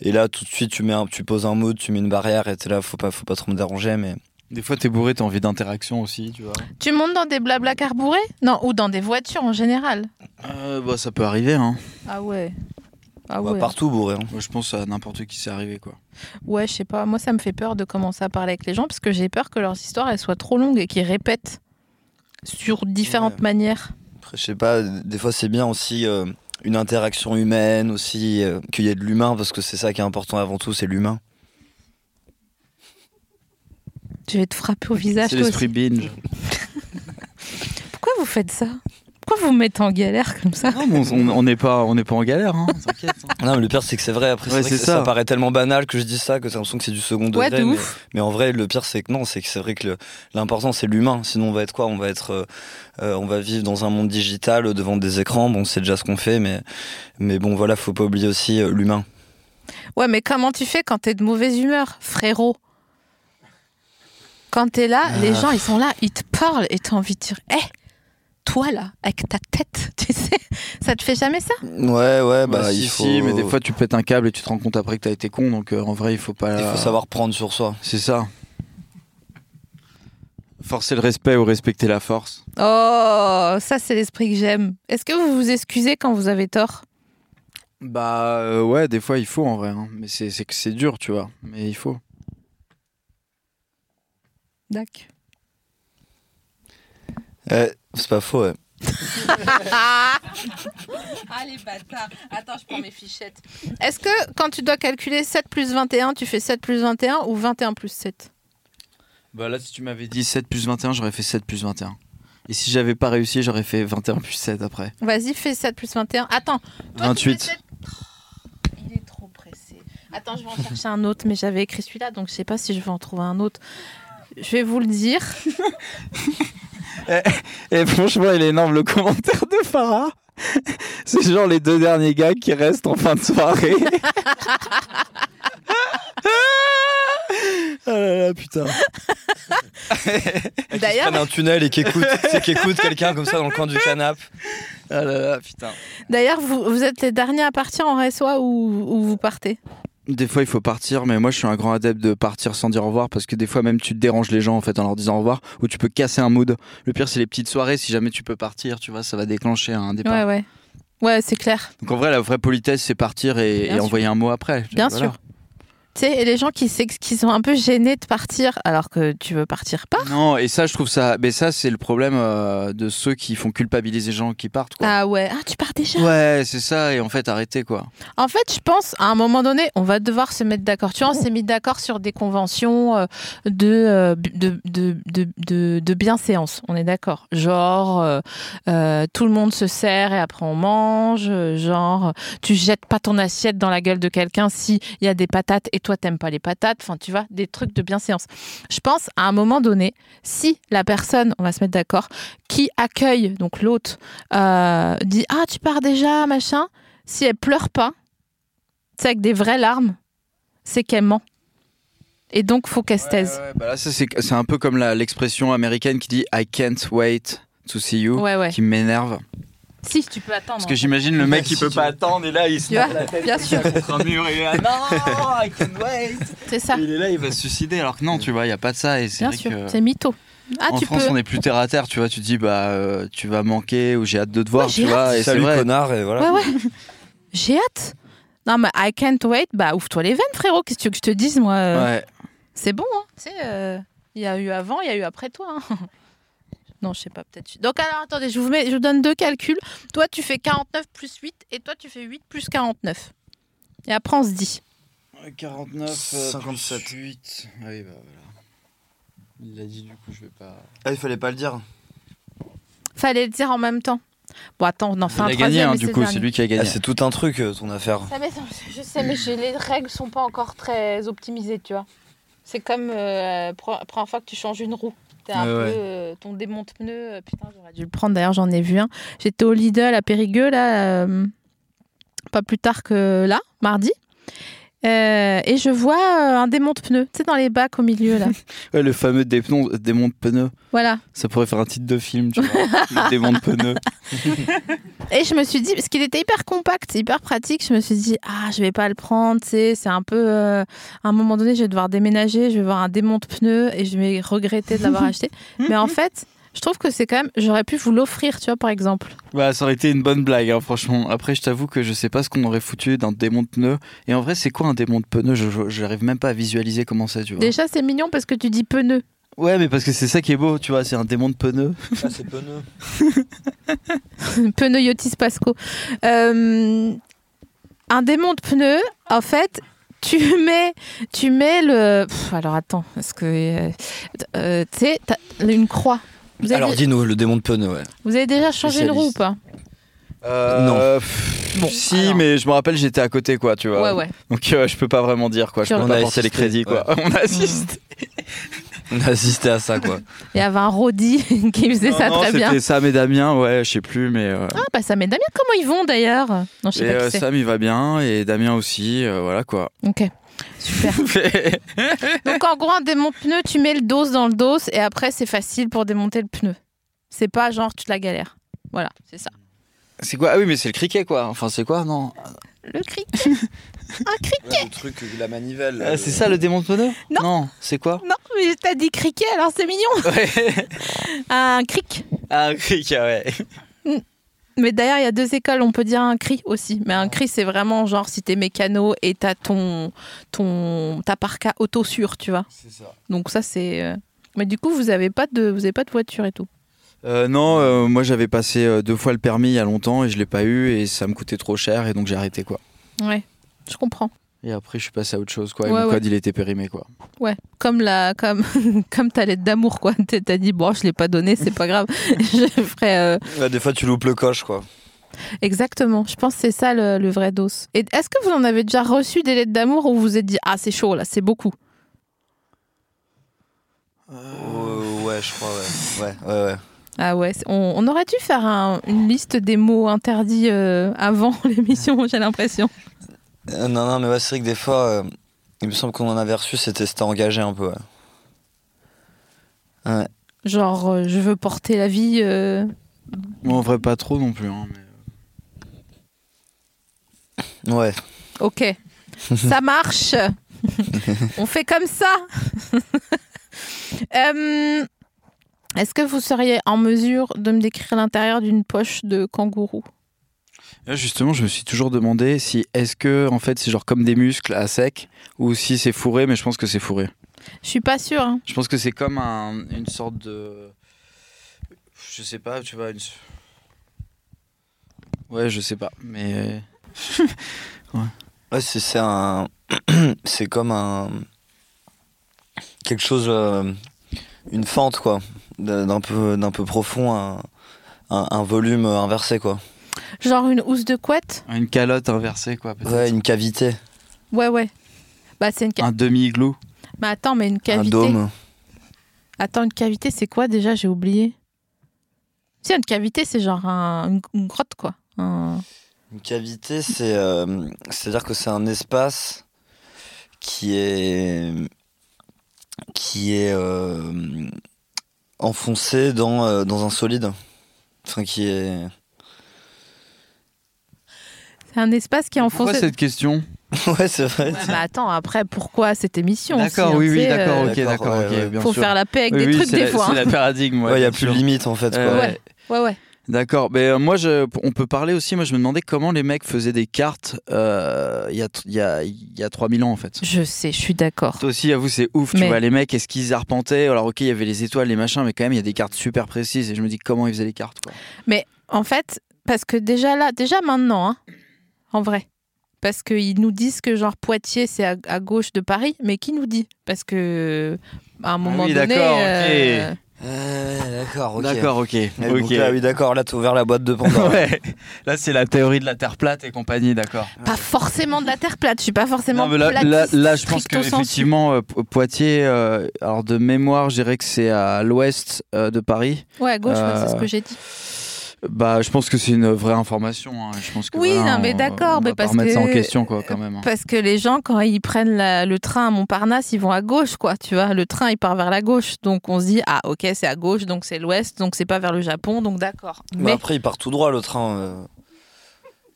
D: et là tout de suite tu, mets un, tu poses un mot, tu mets une barrière et t'es là, faut pas, faut pas trop me déranger, mais.
C: des fois t'es bourré t'as envie d'interaction aussi tu vois
B: Tu montes dans des blabla carburés Non, ou dans des voitures en général.
C: Euh, bah ça peut arriver hein
B: Ah ouais. Ah
D: Bah,
B: ouais.
D: partout bourré. hein.
C: Moi, je pense à n'importe qui c'est arrivé quoi
B: Ouais, je sais pas. Moi, ça me fait peur de commencer à parler avec les gens parce que j'ai peur que leurs histoires elles soient trop longues et qu'ils répètent sur différentes
D: Ouais.
B: manières.
D: Après, je sais pas, des fois c'est bien aussi euh, une interaction humaine aussi, euh, qu'il y ait de l'humain, parce que c'est ça qui est important avant tout, c'est l'humain.
B: Je vais te frapper au visage.
C: C'est
B: toi aussi.
C: l'esprit binge.
B: Pourquoi vous faites ça Pourquoi vous me mettez en galère comme ça
C: Non, mais on- on on n'est pas, on n'est pas en galère. Hein. T'inquiète, *laughs* hein.
D: Non, mais le pire, c'est que c'est vrai. Après,
C: Ouais,
D: c'est vrai que
C: c'est
D: ça.
C: ça.
D: paraît tellement banal que je dis ça que j'ai l'impression que c'est du second degré.
B: Ouais, de
D: mais-
B: ouf.
D: Mais, en vrai, le pire, c'est que non, c'est que c'est vrai que le- l'important, c'est l'humain. Sinon, on va être quoi On va être, euh, euh, on va vivre dans un monde digital euh, devant des écrans. Bon, c'est déjà ce qu'on fait, mais mais bon, voilà, faut pas oublier aussi euh, l'humain.
B: Ouais, mais comment tu fais quand t'es de mauvaise humeur, frérot Quand t'es là, les gens, ils sont là, ils te parlent et t'as envie de dire Hé, toi là, avec ta tête, *laughs* tu sais, ça te fait jamais ça
D: Ouais, ouais, bah,
C: Bah, si,
D: il faut.
C: si, mais des fois tu pètes un câble et tu te rends compte après que t'as été con, donc euh, en vrai il faut pas.
D: il faut savoir prendre sur soi.
C: C'est ça. Forcer le respect ou respecter la force.
B: Oh, ça, c'est l'esprit que j'aime. Est-ce que vous vous excusez quand vous avez tort
C: Bah euh, ouais, des fois il faut en vrai, hein. mais c'est c'est que c'est dur, tu vois. Mais il faut.
B: *laughs* Dac.
D: Eh, c'est pas faux. Ouais.
B: Ah les bâtards Attends, je prends mes fichettes. Est-ce que quand tu dois calculer 7 plus 21, tu fais 7 plus 21 ou 21 plus 7
C: Bah là, si tu m'avais dit 7 plus 21, j'aurais fait 7 plus 21. Et si j'avais pas réussi, j'aurais fait 21 plus 7 après.
B: Vas-y, fais 7 plus 21. Attends. Toi, tu
C: 28.
B: fais sept- Oh, Il est trop pressé. Attends, je vais en chercher un autre, mais j'avais écrit celui-là, donc je sais pas si je vais en trouver un autre. Je vais vous le dire.
C: Et franchement, il est énorme le commentaire de Farah. *laughs* C'est genre les deux derniers gars qui restent en fin de soirée. *laughs* Ah là là, putain.
D: Qui
B: D'ailleurs,
D: prennent un tunnel et qui écoute, qui écoute quelqu'un comme ça dans le coin du canapé.
C: Ah là là, putain.
B: d'ailleurs, vous, vous êtes les derniers à partir en RSOA ou, ou vous partez
C: Des fois, il faut partir, mais moi, je suis un grand adepte de partir sans dire au revoir parce que des fois, même tu te déranges les gens en fait en leur disant au revoir ou tu peux casser un mood. Le pire, c'est les petites soirées. Si jamais tu peux partir, tu vois, ça va déclencher un départ.
B: Ouais, ouais. Ouais, c'est clair.
C: Donc en vrai, la vraie politesse, c'est partir et,
B: Bien
C: et
B: sûr.
C: envoyer un mot après.
B: Bien
C: Voilà.
B: sûr. Tu sais, et les gens qui, s'ex- qui sont un peu gênés de partir alors que tu veux partir pas.
C: Non, et ça, je trouve ça. Mais ça, c'est le problème euh, de ceux qui font culpabiliser les gens qui partent, quoi.
B: Ah ouais, ah, tu pars déjà.
C: Ouais, c'est ça, et en fait, arrêtez, quoi.
B: En fait, je pense à un moment donné, on va devoir se mettre d'accord. Tu vois, on s'est mis d'accord sur des conventions euh, de, euh, bu- de, de, de, de- de bienséance. On est d'accord. Genre, euh, euh, tout le monde se sert et après on mange. Euh, Genre, tu jettes pas ton assiette dans la gueule de quelqu'un si il y a des patates et toi t'aimes pas les patates. Enfin, tu vois, des trucs de bienséance. Je pense à un moment donné, si la personne, on va se mettre d'accord, qui accueille donc l'hôte, euh, dit ah tu pars déjà machin. Si elle pleure pas, tu sais, avec des vraies larmes, c'est qu'elle ment. Et donc, faut qu'elle se taise.
C: Ouais, ouais, bah là, ça, c'est c'est un peu comme la- l'expression américaine qui dit I can't wait to see you,
B: Ouais, Oh ouais.
C: qui m'énerve.
B: Si, tu peux attendre.
C: Parce que j'imagine le mec,
D: Ouais,
C: il
D: si
C: peut
D: tu
C: pas
D: veux.
C: attendre, et là, il se
B: Tu vois,
C: tape la tête
B: bien sûr,
C: contre un mur, et
B: *laughs*
C: il est là, non, I can't wait.
B: c'est ça.
C: Il est là, il va se suicider, alors que non, tu vois, il y a pas de ça, et c'est
B: Bien
C: vrai
B: sûr,
C: que.
B: c'est mytho. Ah,
C: en
B: tu
C: France,
B: peux.
C: on est plus terre à terre, tu vois. Tu te dis, bah, euh, tu vas manquer ou j'ai hâte de te voir,
B: Ouais, j'ai
C: tu vois. Ah, Et c'est
D: Salut
C: vrai.
D: connard et voilà.
B: Ouais, ouais. J'ai hâte. Non, mais I can't wait. Bah, ouvre-toi les veines, frérot. Qu'est-ce que tu veux que je te dise, moi euh,
C: Ouais.
B: C'est bon, hein. Tu sais, euh, il y a eu avant, il y a eu après toi. hein. *laughs* Non, je sais pas, peut-être. Donc, alors, attendez, je vous, mets, je vous donne deux calculs. Toi, tu fais 49 plus 8 et toi, tu fais 8 plus 49. Et après, on se dit.
C: 49,
D: euh, 57. plus
C: 8. Ah oui, bah voilà. Il l'a dit, du coup, je vais pas.
D: Ah, il fallait pas le dire.
B: Fallait le dire en même temps. Bon, attends, on en fait
C: il
B: un
C: a
B: troisième.
C: gagné, hein,
B: mais
C: du
B: le
C: coup,
B: dernier.
C: c'est lui qui a
D: Ah,
C: gagné.
D: c'est tout un truc euh, ton affaire.
B: Ça m'étonne, je sais, mais j'ai- les règles sont pas encore très optimisées, tu vois. C'est comme euh, pre- première fois que tu changes une roue. T'es un
C: Ouais,
B: peu
C: ouais.
B: euh, ton démonte pneu. euh, putain, j'aurais dû le prendre. D'ailleurs, j'en ai vu un. J'étais au Lidl à Périgueux, là, euh, pas plus tard que là, mardi. Euh, et je vois euh, un démonte pneu, tu sais, dans les bacs au milieu,
C: *laughs*
B: là.
C: Ouais, le fameux démon, démon de pneu.
B: voilà.
C: Ça pourrait faire un titre de film, tu vois.
B: *laughs*
C: le démon de pneu.
B: Et je me suis dit, parce qu'il était hyper compact, hyper pratique, je me suis dit, ah, je vais pas le prendre, tu sais, c'est un peu. euh, à un moment donné, je vais devoir déménager, je vais voir un démonte pneu et je vais regretter de l'avoir acheté. Mais en fait, je trouve que c'est quand même. J'aurais pu vous l'offrir, tu vois, par exemple.
C: Bah, ça aurait été une bonne blague, hein, franchement. Après, je t'avoue que je sais pas ce qu'on aurait foutu d'un démon de pneu. Et en vrai, c'est quoi un démon de pneu Je- Je j'arrive même pas à visualiser comment c'est, tu
B: *laughs*
C: vois.
B: Déjà, c'est mignon parce que tu dis pneu.
C: Ouais, mais parce que c'est ça qui est beau, tu vois, c'est un démon de pneus.
D: Ah, c'est pneu.
B: Pneu Yotis Pasco. Euh, un démon de pneu, en fait, tu *laughs* mets, tu mets le. Pff, alors attends, parce que. euh, euh, tu sais, t'as une croix. Vous avez,
D: Alors dis-nous, le démon de pneu, ouais.
B: vous avez déjà changé une roue ou pas
D: Euh,
C: non.
B: Bon,
C: si,
B: alors.
C: mais je me rappelle, j'étais à côté, quoi, tu vois.
B: Ouais, ouais.
C: Donc euh, je peux pas vraiment dire, quoi. Je
B: Tu
C: peux
B: vois.
C: pas
D: On a
C: porter les crédits,
D: assisté,
C: quoi. *laughs* On assiste.
D: On a assisté à ça, quoi.
B: Il y avait un Rodi *laughs* qui faisait ça très bien.
C: C'était Sam et Damien, ouais, je sais plus, mais. euh,
B: Ah, bah ça m'aide bien. Comment ils vont d'ailleurs Non, je sais
C: et
B: pas qui
C: euh,
B: c'est.
C: Sam, il va bien, et Damien aussi, euh, voilà, quoi.
B: Ok. Super. Donc en gros, un démon pneu, tu mets le dos dans le dos et après c'est facile pour démonter le pneu. C'est pas genre tu te la galères. Voilà, c'est ça.
C: *laughs* c'est quoi Ah oui, mais c'est le criquet, quoi. Enfin, c'est quoi, non
B: Le criquet. un criquet.
D: le truc, euh, la manivelle. euh,
C: Ah, C'est ça le démon de pneu
B: Non.
C: c'est quoi
B: Non, mais t'as dit criquet, alors c'est mignon.
C: *laughs* Ouais.
B: Un cric.
C: Ah, un criquet, ouais.
B: Mais d'ailleurs, il y a deux écoles, on peut dire un cri aussi. Mais un cri, c'est vraiment genre si t'es mécano et t'as ton, ton, ta parka auto sûre, tu vois.
D: C'est ça.
B: Donc ça, c'est. euh, Mais du coup, vous avez pas de, vous avez pas de voiture et tout.
C: Euh, non, euh, moi j'avais passé euh, deux fois le permis il y a longtemps et je l'ai pas eu et ça me coûtait trop cher et donc j'ai arrêté quoi.
B: Ouais, je comprends.
C: Et après je suis passé à autre chose quoi. Et
B: Ouais,
C: mon
B: ouais.
C: code il était périmé quoi.
B: Ouais, comme la, comme, *laughs* comme ta lettre d'amour, quoi. *laughs* T'es- T'as dit, bon, je l'ai pas donné, c'est pas grave. *laughs* je ferai. euh,
D: des fois, tu loupes le coche, quoi.
B: Exactement. Je pense que c'est ça le, le vrai dos. Et est-ce que vous en avez déjà reçu des lettres d'amour où vous vous êtes dit, ah, c'est chaud là, c'est beaucoup
D: Ouais, Euh, ouais, je crois, ouais. Ouais, ouais, ouais.
B: Ah ouais, c'est- on, on aurait dû faire un- une liste des mots interdits euh, avant *laughs* l'émission, j'ai l'impression.
D: Euh, non, non, mais ouais, c'est vrai que des fois, euh, il me semble qu'on en avait reçu, c'était c'était engagé un peu, ouais. Ouais.
B: Genre, euh, je veux porter la vie. euh,
C: Moi en vrai pas trop non plus. hein, mais-
D: Ouais.
C: *laughs*
B: Ok, ça marche. *laughs* On fait comme ça. *laughs* Euh, Est-ce que vous seriez en mesure de me décrire l'intérieur d'une poche de kangourou
C: Là, justement je me suis toujours demandé si est-ce que en fait c'est genre comme des muscles à sec ou si c'est fourré mais je pense que c'est fourré.
B: Je suis pas sûre. hein.
C: Je pense que c'est comme un- une sorte de... Je sais pas, tu vois... Une... Ouais je sais pas mais...
D: Ouais, c'est c'est un. *clears throat* C'est comme un. Quelque chose. euh, Une fente, quoi. D'un d'un peu, d'un peu profond, un, un- un volume inversé, quoi.
B: Genre une housse de couette
C: Une calotte inversée quoi peut-être.
D: Ouais, une cavité,
B: Ouais, ouais. Bah, c'est une ca-
C: Un demi-igloo.
B: Mais attends, mais une cavité.
D: un dôme.
B: Attends, une cavité, c'est quoi déjà J'ai oublié. Si, une cavité, c'est genre un- une, une grotte, quoi. Un-
D: Une cavité, c'est. euh, C'est-à-dire que c'est un espace qui est. qui est. euh, enfoncé dans, euh, dans un solide. Enfin, qui est. *laughs*
B: C'est un espace qui est
C: Pourquoi
B: enfoncé.
C: cette question
D: Ouais, c'est vrai.
B: Ouais, mais attends, après, pourquoi cette émission
C: D'accord,
B: aussi,
C: oui,
B: hein, tu
C: oui,
B: sais,
C: d'accord,
B: euh,
C: ok,
D: D'accord,
C: d'accord,
D: ouais,
C: ok,
D: ouais.
C: bien
B: faut
C: sûr.
B: faire la paix avec
C: Oui,
B: des
C: oui,
B: trucs
C: c'est
B: des
C: la-
B: fois.
C: C'est
B: hein.
C: la paradigme, ouais.
D: Ouais, il y a
C: bien
D: plus de
C: sûr.
D: limite en fait. Quoi.
C: Euh,
B: Ouais. Ouais, ouais.
C: D'accord, mais euh, moi, je, on peut parler aussi, moi je me demandais comment les mecs faisaient des cartes euh, il y, a, il y, a, il y a 3000 ans en fait.
B: Je sais, je suis d'accord.
C: Toi aussi, avoue, c'est ouf, tu
B: Mais-
C: vois, les mecs, est-ce qu'ils arpentaient Alors ok, il y avait les étoiles, les machins, mais quand même, il y a des cartes super précises, et je me dis comment ils faisaient les cartes, quoi.
B: En fait, parce que déjà là, déjà maintenant, hein, en vrai, parce qu'ils nous disent que genre Poitiers, c'est à, à gauche de Paris, mais qui nous dit Parce que à un moment
C: Ah oui,
B: donné.
C: d'accord, ok.
B: euh,
D: Euh, d'accord, ok.
C: D'accord, ok,
D: Ouais,
C: ok.
D: donc là, ah oui, d'accord, là, t'as ouvert la boîte de Pandore.
C: *laughs* Ouais. *laughs* Là, c'est la théorie de la Terre plate et compagnie, d'accord.
B: Pas forcément de la terre plate, je suis pas forcément.
C: Non, mais là, là,
B: platiste,
C: là, je pense que
B: stricto sensu.
C: effectivement, euh, Po- Poitiers, euh, alors de mémoire, je dirais que c'est à l'ouest euh, de Paris.
B: Ouais, à gauche, ouais, c'est ce
C: Euh,
B: que j'ai dit.
C: Bah, je pense que c'est une vraie information. hein. Je pense que
B: Oui,
C: voilà,
B: non, mais
C: on-
B: d'accord,
C: on va
B: mais
C: pas
B: parce
C: remettre
B: que- Euh,
C: ça en question, quoi, quand
D: Mm.
B: *laughs*
C: même. hein.
B: Parce que les gens, quand ils prennent la- le train à Montparnasse, ils vont à gauche, quoi, tu vois. Le train, il part vers la gauche. Donc on se dit, ah ok, c'est à gauche, donc c'est l'ouest, donc c'est pas vers le Japon, donc d'accord.
D: Bah,
B: Mais
D: Après, il part tout droit le train. euh.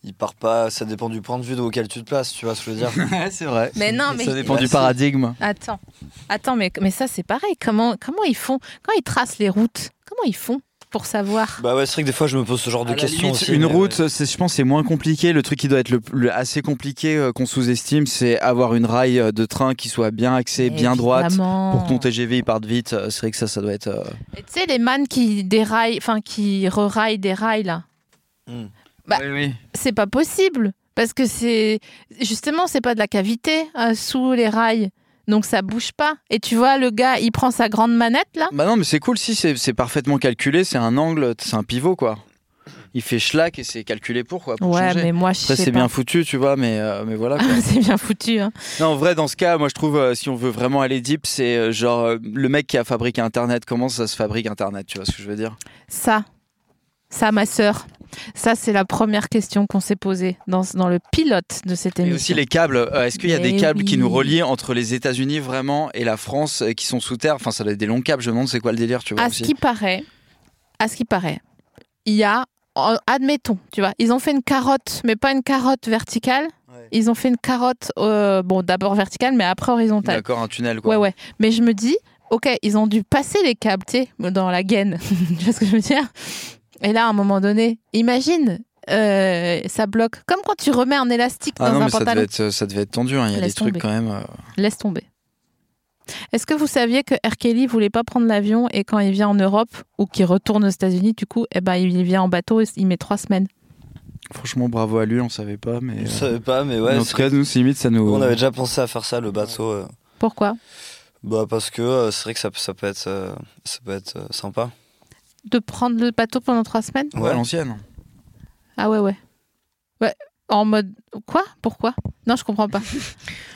D: Il part pas, ça dépend du point de vue auquel tu te places, tu vois ce que je veux dire.
C: *laughs* Ouais, c'est vrai.
B: Mais non, mais-
C: Ça dépend
D: Bah,
C: du
D: si.
C: paradigme.
B: attends, attends, mais, mais ça c'est pareil. Comment, comment ils font Quand ils tracent les routes, comment ils font pour savoir
D: Bah ouais, c'est vrai que des fois je me pose ce genre
C: À
D: de
C: la
D: questions
C: limite,
D: aussi.
C: une
D: mais,
C: route,
D: euh,
C: c'est- je pense, c'est moins compliqué. Le truc qui doit être le, le- assez compliqué euh, qu'on sous-estime, c'est avoir une rail euh, de train qui soit bien axée, bien droite, pour que ton TGV il parte vite. Euh, C'est vrai que ça, ça doit être. euh,
B: Et Tu sais, les mannes qui déraillent, enfin qui reraillent des rails, là,
C: euh,
D: hmm.
B: Bah,
C: oui, oui.
B: c'est pas possible. Parce que c'est. Justement, c'est pas de la cavité euh, sous les rails. Donc ça bouge pas. Et tu vois, le gars, il prend sa grande manette, là.
C: Bah non, mais c'est cool si c'est c'est parfaitement calculé. C'est un angle, c'est un pivot quoi. Il fait schlack et c'est calculé pour quoi. Pour
B: Ouais,
C: changer.
B: mais moi, je
C: Après,
B: sais
C: c'est
B: pas. *laughs*
C: bien foutu, tu vois, mais, euh, mais voilà. quoi.
B: c'est bien foutu. hein.
C: Non, en vrai, dans ce cas, moi je trouve, euh, si on veut vraiment aller deep, c'est euh, genre euh, le mec qui a fabriqué Internet, comment ça se fabrique Internet, tu vois ce que je veux dire
B: Ça, ça, ma sœur. Ça, c'est la première question qu'on s'est posée dans, dans le pilote de cette
C: Et
B: émission.
C: aussi les câbles, euh, est-ce qu'il y a
B: Mais
C: des câbles qui nous
B: oui.
C: relient entre les États-Unis vraiment et la France euh, qui sont sous terre Enfin, ça doit être des longs câbles, je me demande c'est quoi le délire, tu vois
B: à
C: aussi.
B: ce qui paraît, à ce qui paraît, il y a, en- admettons, tu vois, ils ont fait une carotte, mais pas une carotte verticale.
D: Ouais.
B: Ils ont fait une carotte, euh, bon, d'abord verticale, mais après horizontale.
C: D'accord, un tunnel quoi.
B: Ouais, ouais. Mais je me dis, ok, ils ont dû passer les câbles, tu sais, dans la gaine. *laughs* tu vois ce que je veux dire Et là, à un moment donné, imagine, euh, ça bloque. Comme quand tu remets un élastique
C: Ah
B: dans
C: non,
B: un
C: mais ça
B: pantalon.
C: devait, être, euh, ça devait être tendu, hein, il y a
B: Laisse
C: des trucs
B: tomber.
C: quand même. euh,
B: Laisse tomber. Est-ce que vous saviez que R. Kelly voulait pas prendre l'avion et quand il vient en Europe ou qu'il retourne aux États-Unis, du coup, eh ben, il vient en bateau et il met trois semaines
C: Franchement, bravo à lui, on savait pas,
D: Je
C: mais. euh,
D: savais pas, mais ouais.
C: mais en
D: c'est-
C: tout cas, euh, nous, c'est limite, ça nous.
D: On avait déjà pensé à faire ça, le bateau. euh.
B: Pourquoi
D: Bah parce que euh, c'est vrai que ça, peut- ça peut être, euh, ça peut être euh, sympa.
B: De prendre le bateau pendant trois semaines
C: Ouais, à l'ancienne.
B: Ah ouais, ouais. Ouais. En mode. Quoi Pourquoi Non, je comprends pas.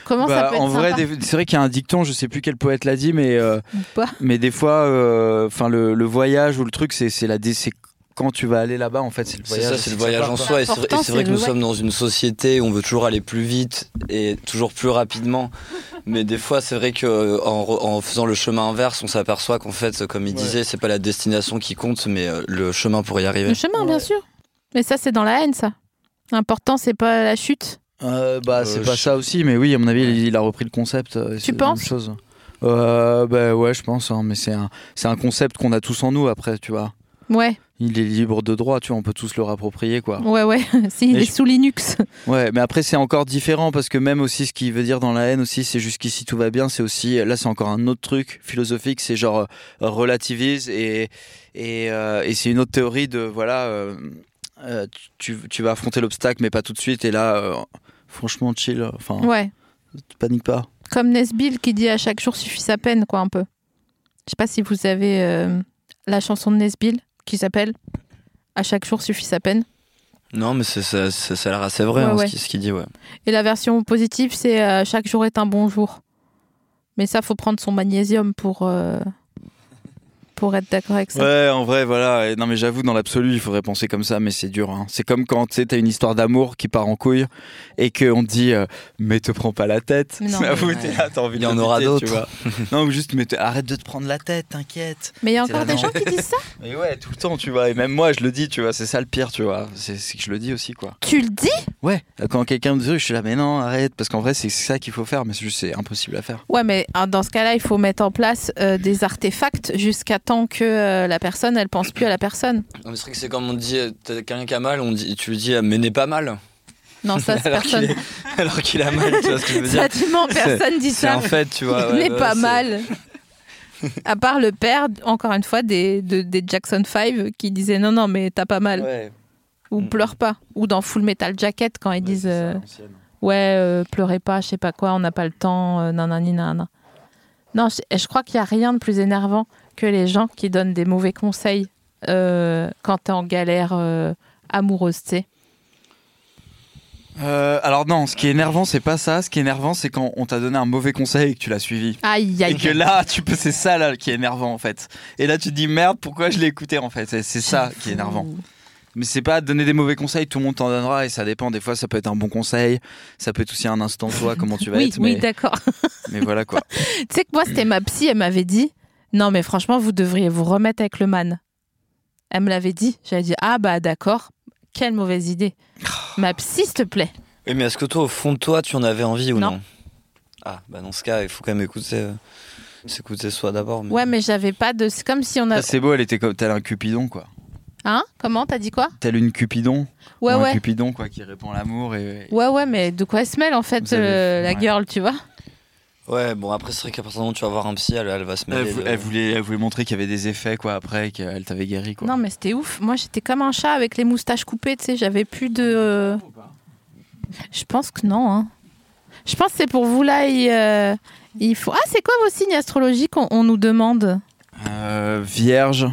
B: Comment ça
C: Bah,
B: peut être
C: en vrai,
B: sympa
C: des- c'est vrai qu'il y a un dicton, je sais plus quel poète l'a dit, mais, euh,
B: ou pas
C: mais des fois, euh, enfin le, le voyage ou le truc, c'est c'est la dé- c'est quand tu vas aller là-bas, en fait, c'est le
D: C'est
C: voyage.
D: ça, c'est le
C: que ça
D: voyage
C: part,
D: en
C: quoi.
D: soi. Et c'est vrai- et
B: L'important,
D: c'est vrai
B: c'est
D: que nous
B: le
D: sommes dans une société où on veut toujours aller plus vite et toujours
B: *laughs*
D: plus rapidement. Mais des fois, c'est vrai que euh, en, re- en faisant le chemin inverse, on s'aperçoit qu'en fait, euh, comme il
C: Ouais.
D: disait, c'est pas la destination qui compte, mais euh, le chemin pour y
B: Le
D: arriver.
B: chemin, bien sûr. Mais ça, c'est dans la haine, ça. L'important, c'est pas la chute.
C: Euh, bah,
D: Euh,
C: c'est
D: je-
C: pas ça aussi, mais oui, à mon avis, il, il a repris le concept. euh, c'est la même
B: penses
C: chose. euh, Bah ouais, je pense, hein, mais c'est un, c'est un concept qu'on a tous en nous après, tu vois.
B: Ouais,
C: Il est libre de droit, tu vois, on peut tous le rapproprier, quoi.
B: ouais, ouais. *laughs* S'il
C: Ah. Mais
B: est
C: je-
B: sous Linux.
C: Ouais, mais après c'est encore différent parce que même aussi ce qu'il veut dire dans la haine aussi, c'est jusqu'ici tout va bien, c'est aussi là c'est encore un autre truc philosophique, c'est genre euh, relativise et et, euh, et c'est une autre théorie de voilà euh, euh, tu, tu vas affronter l'obstacle mais pas tout de suite et là euh, franchement chill, enfin
B: Ouais.
C: panique pas.
B: Comme Nesbill qui dit à chaque jour suffit sa peine, quoi, un peu. Je sais pas si vous avez euh, la chanson de Nesbill qui s'appelle À chaque jour suffit sa peine.
D: Non, mais c'est- ça, ça, ça a l'air assez vrai
B: Ouais,
D: hein,
B: ouais.
D: Ce, qui- ce qu'il dit. Ouais.
B: Et la version positive, c'est euh, Chaque jour est un bon jour. Mais ça, faut prendre son magnésium pour, euh, pour être d'accord avec ça.
C: Ouais, en vrai voilà, Et non mais j'avoue dans l'absolu, il faudrait penser comme ça mais c'est dur hein. C'est comme quand tu sais, t'as une histoire d'amour qui part en couille et que on te dit euh, mais te prends pas la tête.
B: Mais non,
C: *laughs* J'avoue,
D: mais-
C: t'es là, t'as envie
D: Il
C: de
D: y en
C: le
D: aura
C: buter, tu
D: d'autres.
C: vois.
D: *laughs*
C: Non, ou juste, mais t- arrête de te prendre la tête, t'inquiète.
B: Mais il y a
C: c'est
B: encore
C: la
B: des gens qui disent ça.
C: Mais ouais, tout le temps, tu vois. Et même moi, je le dis, tu vois. C'est ça le pire, tu vois. C'est c'est que je le dis aussi, quoi.
B: Tu le dis
C: Ouais. Quand quelqu'un me dit, je suis là, mais non, arrête. Parce qu'en vrai, c'est c'est ça qu'il faut faire, mais c'est juste, c'est impossible à faire.
B: Ouais, mais hein, dans ce cas-là, il faut mettre en place euh, des artefacts jusqu'à temps que euh, la personne, elle pense plus à la personne.
D: Non, mais c'est vrai que c'est comme on dit, euh, t'as quelqu'un qui a mal, on dit, tu lui dis, euh, mais n'est pas mal.
B: Non,
D: *laughs*
B: ça, c'est
D: Alors qu'il
B: personne.
D: est- *laughs* alors qu'il a mal, tu vois ce que je veux dire.
B: Sentiment, personne dit
D: C'est
B: ça.
D: un fait, tu
B: Il
D: vois. ouais,
B: n'est
D: ouais,
B: pas
D: c'est- *laughs*
B: mal. À part le père, encore une fois, des, de- des Jackson 5 qui disaient non, non, mais t'as pas mal.
D: Ouais.
B: Ou
D: Mm.
B: pleure pas. Ou dans Full Metal Jacket quand ils disent euh, ouais, euh, pleurez pas, je sais pas quoi, on n'a pas le temps, euh, nanani nanana. Non, je, je crois qu'il n'y a rien de plus énervant que les gens qui donnent des mauvais conseils euh, quand t'es en galère euh, amoureuse, tu sais.
C: Euh, alors, non, ce qui est énervant, c'est pas ça. Ce qui est énervant, c'est quand on t'a donné un mauvais conseil et que tu l'as suivi.
B: Aïe,
C: Et
B: aïe.
C: que là, tu peux, c'est ça là qui est énervant en fait. Et là, tu te dis merde, pourquoi je l'ai écouté en fait. Et C'est ça qui est énervant. Mais c'est pas donner des mauvais conseils, tout le monde t'en donnera et ça dépend. Des fois, ça peut être un bon conseil, ça peut être aussi un instant
B: *laughs*
C: toi, comment tu vas
B: Oui,
C: être.
B: oui,
C: mais,
B: d'accord. *laughs*
C: mais voilà quoi.
B: Tu sais que moi, c'était ma psy, elle m'avait dit Non, mais franchement, vous devriez vous remettre avec le man. Elle me l'avait dit. J'avais dit Ah, bah d'accord, quelle mauvaise idée.
C: Oh.
B: Ma psy, s'il te plaît.
D: Oui, Eh, mais est-ce que toi, au fond de toi, tu en avais envie ou
B: Non.
D: non, Ah, bah dans ce cas, il faut quand même écouter. euh. s'écouter soi d'abord. mais-
B: Ouais, mais j'avais pas de. C'est comme si on a.
C: Ah, c'est beau, elle était comme tel un cupidon quoi.
B: Hein Comment T'as dit quoi
C: Tel une cupidon.
B: Ouais,
C: ou Un
B: ouais.
C: cupidon quoi qui répand l'amour et.
B: Ouais, ouais, mais de quoi elle se mêle en fait,
C: Vous avez-
B: euh, la
C: ouais.
B: girl, tu vois
D: Ouais, bon, après, c'est vrai qu'à partir du moment où tu vas voir un psy, elle, elle va se
C: Elle,
D: mêler.
C: vou-
D: de-
C: elle voulait, elle voulait montrer qu'il y avait des effets quoi après qu'elle t'avait guéri quoi.
B: Non, mais c'était ouf. Moi, j'étais comme un chat avec les moustaches coupées, tu sais. J'avais plus de. euh, Je pense que non. hein. Je pense que c'est pour vous là. Il, euh, il faut. Ah, c'est quoi vos signes astrologiques on, on nous demande
C: Euh, vierge.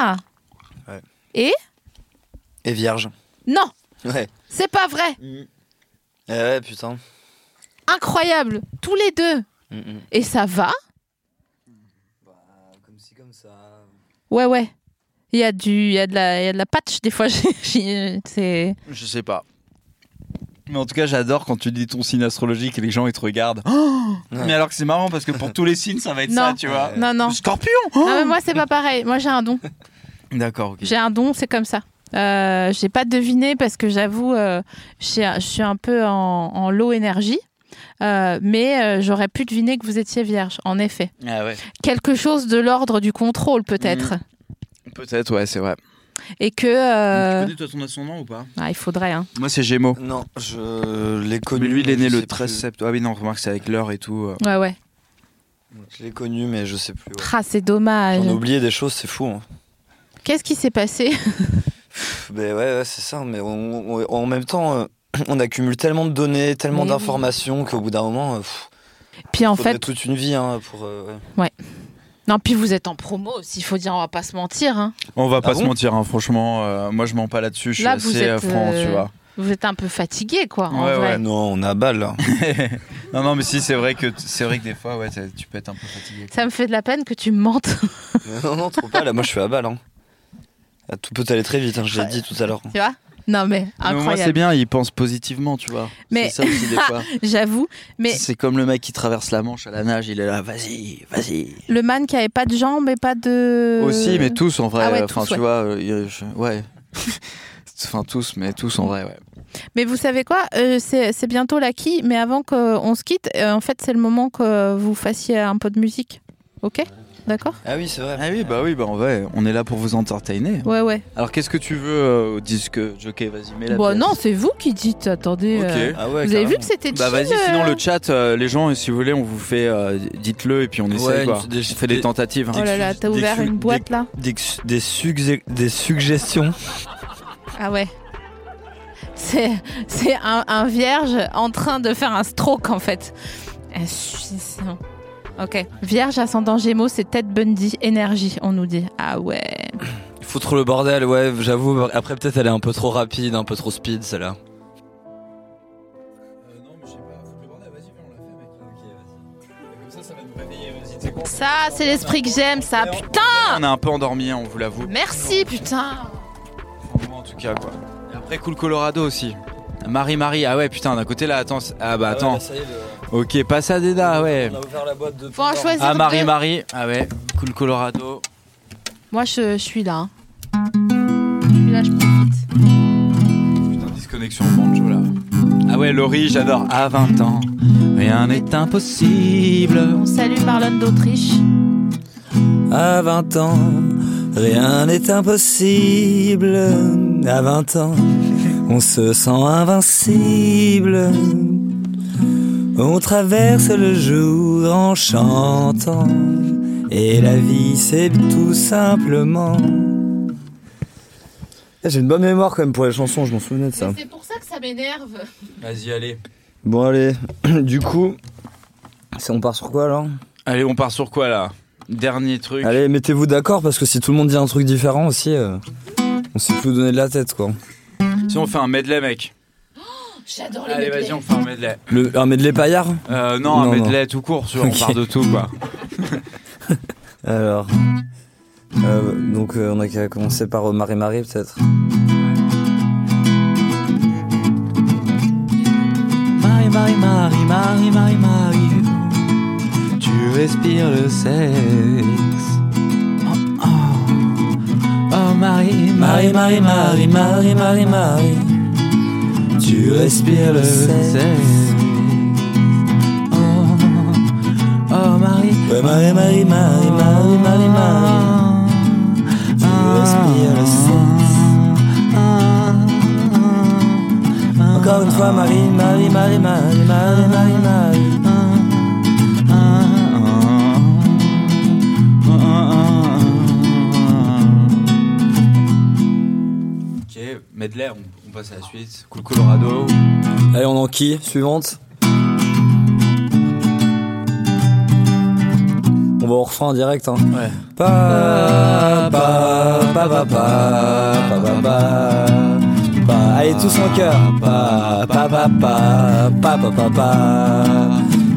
B: Ah
D: Et vierge.
B: Non
D: Ouais.
B: C'est pas vrai
D: Eh ouais, putain. Mm,
B: Incroyable Tous les deux Et ça va
D: Comme si, comme ça.
B: Ouais, ouais. Il y, a du, il y, a de la- il y a de la patch, des fois. *laughs* j'ai- j'ai- c'est-
C: Je sais pas. Mais en tout cas, j'adore quand tu dis ton signe astrologique et les gens ils te regardent. *gasps* Mais alors que c'est marrant parce que pour tous les signes ça va être
B: Non.
C: ça, tu vois.
B: Non, non.
C: Scorpion
B: Non, mais moi, c'est pas pareil. Moi, j'ai un don.
C: *gasps* D'accord, ok.
B: J'ai un don, c'est comme ça. Euh, j'ai pas deviné parce que j'avoue, euh, je suis- je suis un peu en, en low énergie. Euh, mais euh, j'aurais pu deviner que vous étiez vierge, en effet.
C: Ah ouais.
B: Quelque chose de l'ordre du contrôle, peut-être.
C: Peut-être, ouais, c'est vrai.
B: Et que. euh,
C: toi ton ascendant ou pas
B: ah, il faudrait, hein.
C: Moi c'est Gémeaux.
D: Non, je l'ai
C: Mais
D: connu.
C: lui il est né
D: je
C: le
D: sais
C: 13
D: plus.
C: septembre. Ah oui, non, remarque, c'est avec l'heure et tout. euh.
B: Ouais, ouais.
D: Je l'ai connu, mais je sais plus. ouais.
B: Ah, c'est dommage.
D: J'en ai oublié des choses, c'est fou. hein.
B: Qu'est-ce qui s'est passé *laughs*
D: Pff, Mais ouais, ouais, c'est ça. Mais on- on- en même temps, euh, *clears throat* on accumule tellement de données, tellement
B: Mais oui.
D: d'informations qu'au bout d'un moment, euh, pff,
B: Puis en
D: faudrait
B: fait,
D: toute une vie hein, pour. euh, ouais.
B: non, puis vous êtes en promo aussi, il faut dire, on va pas se mentir. hein.
C: On va pas
D: Ah
C: se
D: bon
C: mentir, hein, franchement. euh, moi je mens pas là-dessus, je suis
B: Là, vous
C: assez euh,
B: êtes,
C: franc,
B: euh,
C: tu vois.
B: Vous êtes un peu fatigué, quoi, en
C: Ah Ouais,
B: vrai.
C: ouais.
D: Non, on a balle *laughs* là.
C: *laughs* non, non, mais si, c'est vrai que t- c'est vrai que des fois, ouais, t'as- tu peux être un peu fatigué.
B: Ça me fait de la peine que tu me mentes. *laughs*
D: non, non, trop pas là. Moi, je suis à balle. Hein. Ah, Tout peut aller très vite, hein, je l'ai dit tout à l'heure.
B: Tu vois Non, mais
C: Mais au moins, c'est
B: incroyable.
C: bien, il pense positivement, tu vois.
B: Mais-
C: C'est ça aussi
B: *laughs*
C: des fois.
B: J'avoue. Mais
C: C'est comme le mec qui traverse la Manche à la nage, il est là, vas-y, vas-y.
B: le man qui avait pas de jambes et pas de.
C: Aussi, mais tous en vrai.
B: Euh, ah ouais,
C: Enfin,
B: tous,
C: tu
B: ouais.
C: vois, euh, je- ouais. *laughs* Enfin, tous, mais tous en vrai, ouais.
B: Mais vous savez quoi Euh, C'est c'est bientôt la qui, mais avant qu'on se quitte, euh, en fait, c'est le moment que vous fassiez un peu de musique. Ok D'accord
D: Ah oui, c'est vrai.
C: Ah oui, bah oui, bah en vrai, on est là pour vous entertainer.
B: Ouais, ouais.
C: Alors, qu'est-ce que tu veux euh, au disque Jockey, vas-y, mets la
B: Bon,
C: pièce.
B: Bah, non, c'est vous qui dites. Attendez.
C: Ok.
B: euh,
D: Ah ouais,
B: vous avez vu
D: carrément.
B: que c'était
C: Bah
B: chill,
C: vas-y,
B: euh,
C: sinon le chat, euh, les gens, si vous voulez, on vous fait, euh, dites-le et puis on essaie
D: Ouais,
C: quoi.
D: une- des-
C: on fait des
D: des-
C: tentatives. hein.
B: Oh là là, t'as
D: Dès que-
B: ouvert
D: dès
B: une
D: que-
B: boîte là
D: Des, des, sugge- des suggestions.
B: Ah ouais. C'est c'est un, un vierge en train de faire un stroke en fait. Euh, c'est- c'est- Ok. Vierge ascendant Gémeaux, c'est Ted Bundy, énergie, on nous dit. Ah ouais.
D: Foutre le bordel, ouais, j'avoue. Après, peut-être elle est un peu trop rapide, un peu trop speed, celle-là. Euh,
C: Ah,
B: Ça, c'est l'esprit que j'aime, ça. Putain,
C: On est un peu endormi, hein, on vous l'avoue.
B: merci, putain.
C: Pour moi, en tout cas, quoi. Et après, Cool Colorado aussi. Marie-Marie, ah ouais, putain, d'un côté là, attends. c'est- Ah bah attends, ok, Pasadena, ouais.
D: On a ouvert la boîte de.
B: Faut en
D: Pandore.
B: choisir
C: Ah,
B: deux.
C: Marie-Marie, ah ouais, Cool Colorado.
B: Moi, je, je suis là. hein. Je suis là, je profite.
C: Putain, disconnexion au banjo là. Ah ouais, Laurie, j'adore. À 20 ans, rien n'est impossible.
B: On salue Marlon d'Autriche.
D: À 20 ans, rien n'est impossible. À 20 ans, on se sent invincible. On traverse le jour en chantant. Et la vie, c'est tout simplement. Eh, J'ai une bonne mémoire quand même pour les chansons, je m'en souvenais de ça.
B: C'est pour ça que ça m'énerve. *laughs*
C: Vas-y, allez.
D: Bon, allez, *clears throat* du coup, c'est- on part sur quoi alors
C: Allez, on part sur quoi là Dernier truc.
D: Allez, mettez-vous d'accord parce que si tout le monde dit un truc différent aussi, euh, on s'est plus donné de la tête quoi.
C: Si on fait un medley, mec.
B: J'adore les
C: Allez,
B: medley.
C: vas-y, on fait un medley.
D: Le, ah, un medley paillard
C: Euh, non,
D: Non,
C: un
D: non.
C: medley tout court, tu vois,
D: Ok.
C: on part de tout, quoi.
D: Alors. euh, donc euh, on a qu'à commencer par euh, Marie-Marie peut-être.
C: Marie, Marie, Marie, Marie, Marie, Marie, tu respires le sexe. Oh, oh. Oh, Marie,
D: Marie, Marie, Marie, Marie, Marie, Marie. Tu respires le sexe.
C: Oh, oh, Marie,
D: Ouais, Marie, Marie, Marie, Marie, Marie, Marie. Tu respires le sexe. Encore une fois, Marie, Marie, Marie, Marie, Marie, Marie, Marie.
C: Ok, medley, on, on passe à la suite. Cool Colorado.
D: Allez, on enquille. Suivante. On va en refrain en direct. Hein.
C: Ouais.
D: Pa, pa, pa, pa, pa, pa, pa, pa, pa. Allez, tous en chœur. Pa, pa, pa, pa, pa, pa, pa, pa.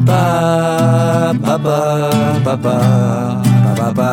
D: Pa, pa, pa, pa, pa, pa, pa, pa.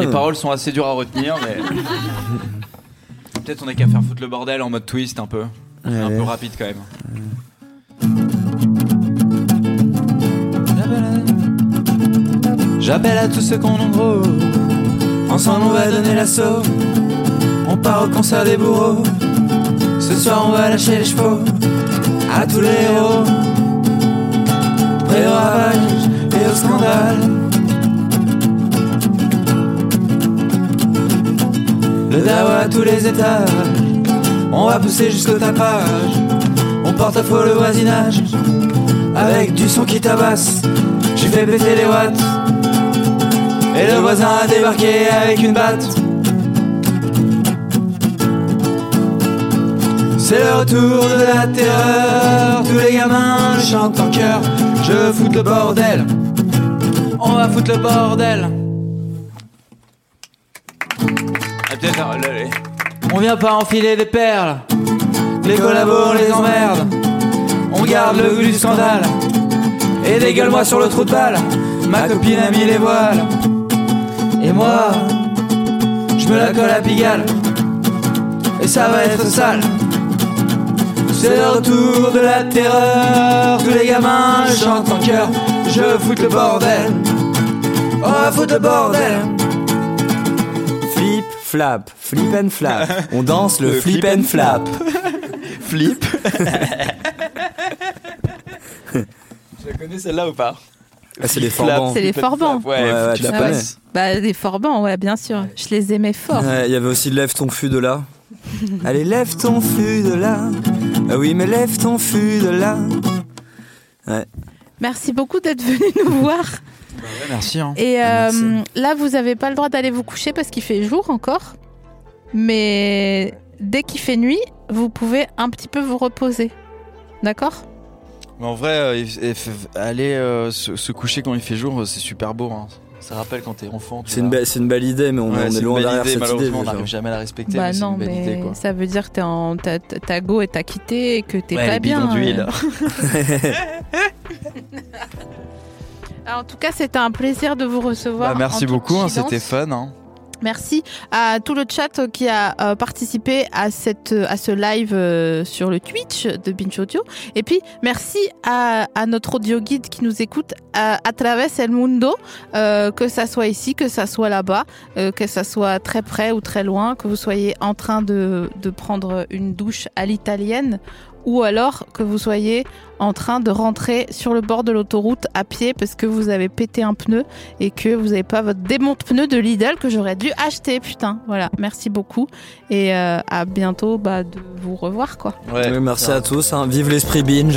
C: Les paroles sont assez dures à retenir, mais. Peut-être on a qu'à faire foutre le bordel en mode twist un peu. Un peu rapide quand même.
D: J'appelle à tous ceux qu'on nombre Ensemble on va donner l'assaut On part au concert des bourreaux Ce soir on va lâcher les chevaux À tous les héros Prêt au ravage et au scandale Le dawa à tous les étages On va pousser jusqu'au tapage On porte à faux le voisinage Avec du son qui tabasse J'ai fait péter les watts et le voisin a débarqué avec une batte. C'est le retour de la terreur, tous les gamins chantent en chœur. Je fous le bordel, on va foutre le bordel.
C: Ah, peut-être, ah, là, là.
D: On vient pas enfiler des perles, les collabos on les emmerde. On garde le goût du scandale, et dégueule-moi sur le trou de balle. Ma copine a mis les voiles, et moi, je me la colle à Pigalle, et ça va être sale. C'est le retour de la terreur, tous les gamins chantent en chœur. Je fous le bordel, on va foutre le bordel. Flip, flap, flip and
C: *laughs*
D: flap, on danse le, flip, and flap.
C: Flip. Je la connais celle-là ou pas
D: Ah, c'est les
C: Flip,
D: forbans.
B: C'est les
C: Flip and
B: forbans.
C: flap, Ouais,
D: Ouais,
C: faut que
D: Ah ouais,
C: tu la
D: tu
C: passes.
B: Bah, des forbans, ouais, bien sûr. Je les aimais fort.
D: Ouais, Il y avait aussi lève ton fût de là. Allez, lève ton fût de là. Ah oui, mais lève ton fût de là.
B: Merci beaucoup d'être venu
D: *laughs*
B: nous voir.
C: merci. hein.
B: Et
D: Ah,
B: euh, là, vous n'avez pas le droit d'aller vous coucher parce qu'il fait jour encore. Mais dès qu'il fait nuit, vous pouvez un petit peu vous reposer. D'accord
C: Mais en vrai, euh, il- il fait- aller euh, se, se coucher quand il fait jour, euh, c'est super beau. hein. Ça rappelle quand t'es enfant. tu
D: C'est une,
C: vois.
D: belle- c'est une belle idée, mais on,
C: Ouais,
D: on
C: c'est
D: est
C: une
D: loin
C: belle
D: derrière
C: idée,
D: cette idée.
C: malheureusement, on
D: déjà.
C: n'arrive jamais à la respecter, mais c'est
B: Bah non,
C: une belle idée quoi.
B: ça veut dire que t'es en- t'as t'as- t'as go et t'as quitté et que t'es
C: Ouais,
B: pas
C: les
B: bien.
C: bidons d'huile.
B: Alors, euh. en tout cas, c'était un plaisir de vous recevoir.
C: Bah, merci
B: en toute
C: beaucoup, hein,
B: confidence.
C: c'était fun. hein.
B: Merci à tout le chat euh, qui a euh, participé à, cette, euh, à ce live euh, sur le Twitch de Binge Audio. Et puis, merci à, à notre audio guide qui nous écoute à, à travers El Mundo, euh, que ça soit ici, que ça soit là-bas, euh, que ça soit très près ou très loin, que vous soyez en train de, de prendre une douche à l'italienne ou alors que vous soyez en train de rentrer sur le bord de l'autoroute à pied parce que vous avez pété un pneu et que vous n'avez pas votre démonte pneu de Lidl que j'aurais dû acheter, putain. Voilà, merci beaucoup et euh, à bientôt bah, de vous revoir quoi.
C: Ouais.
D: Oui, merci à tous. hein. Vive l'esprit binge.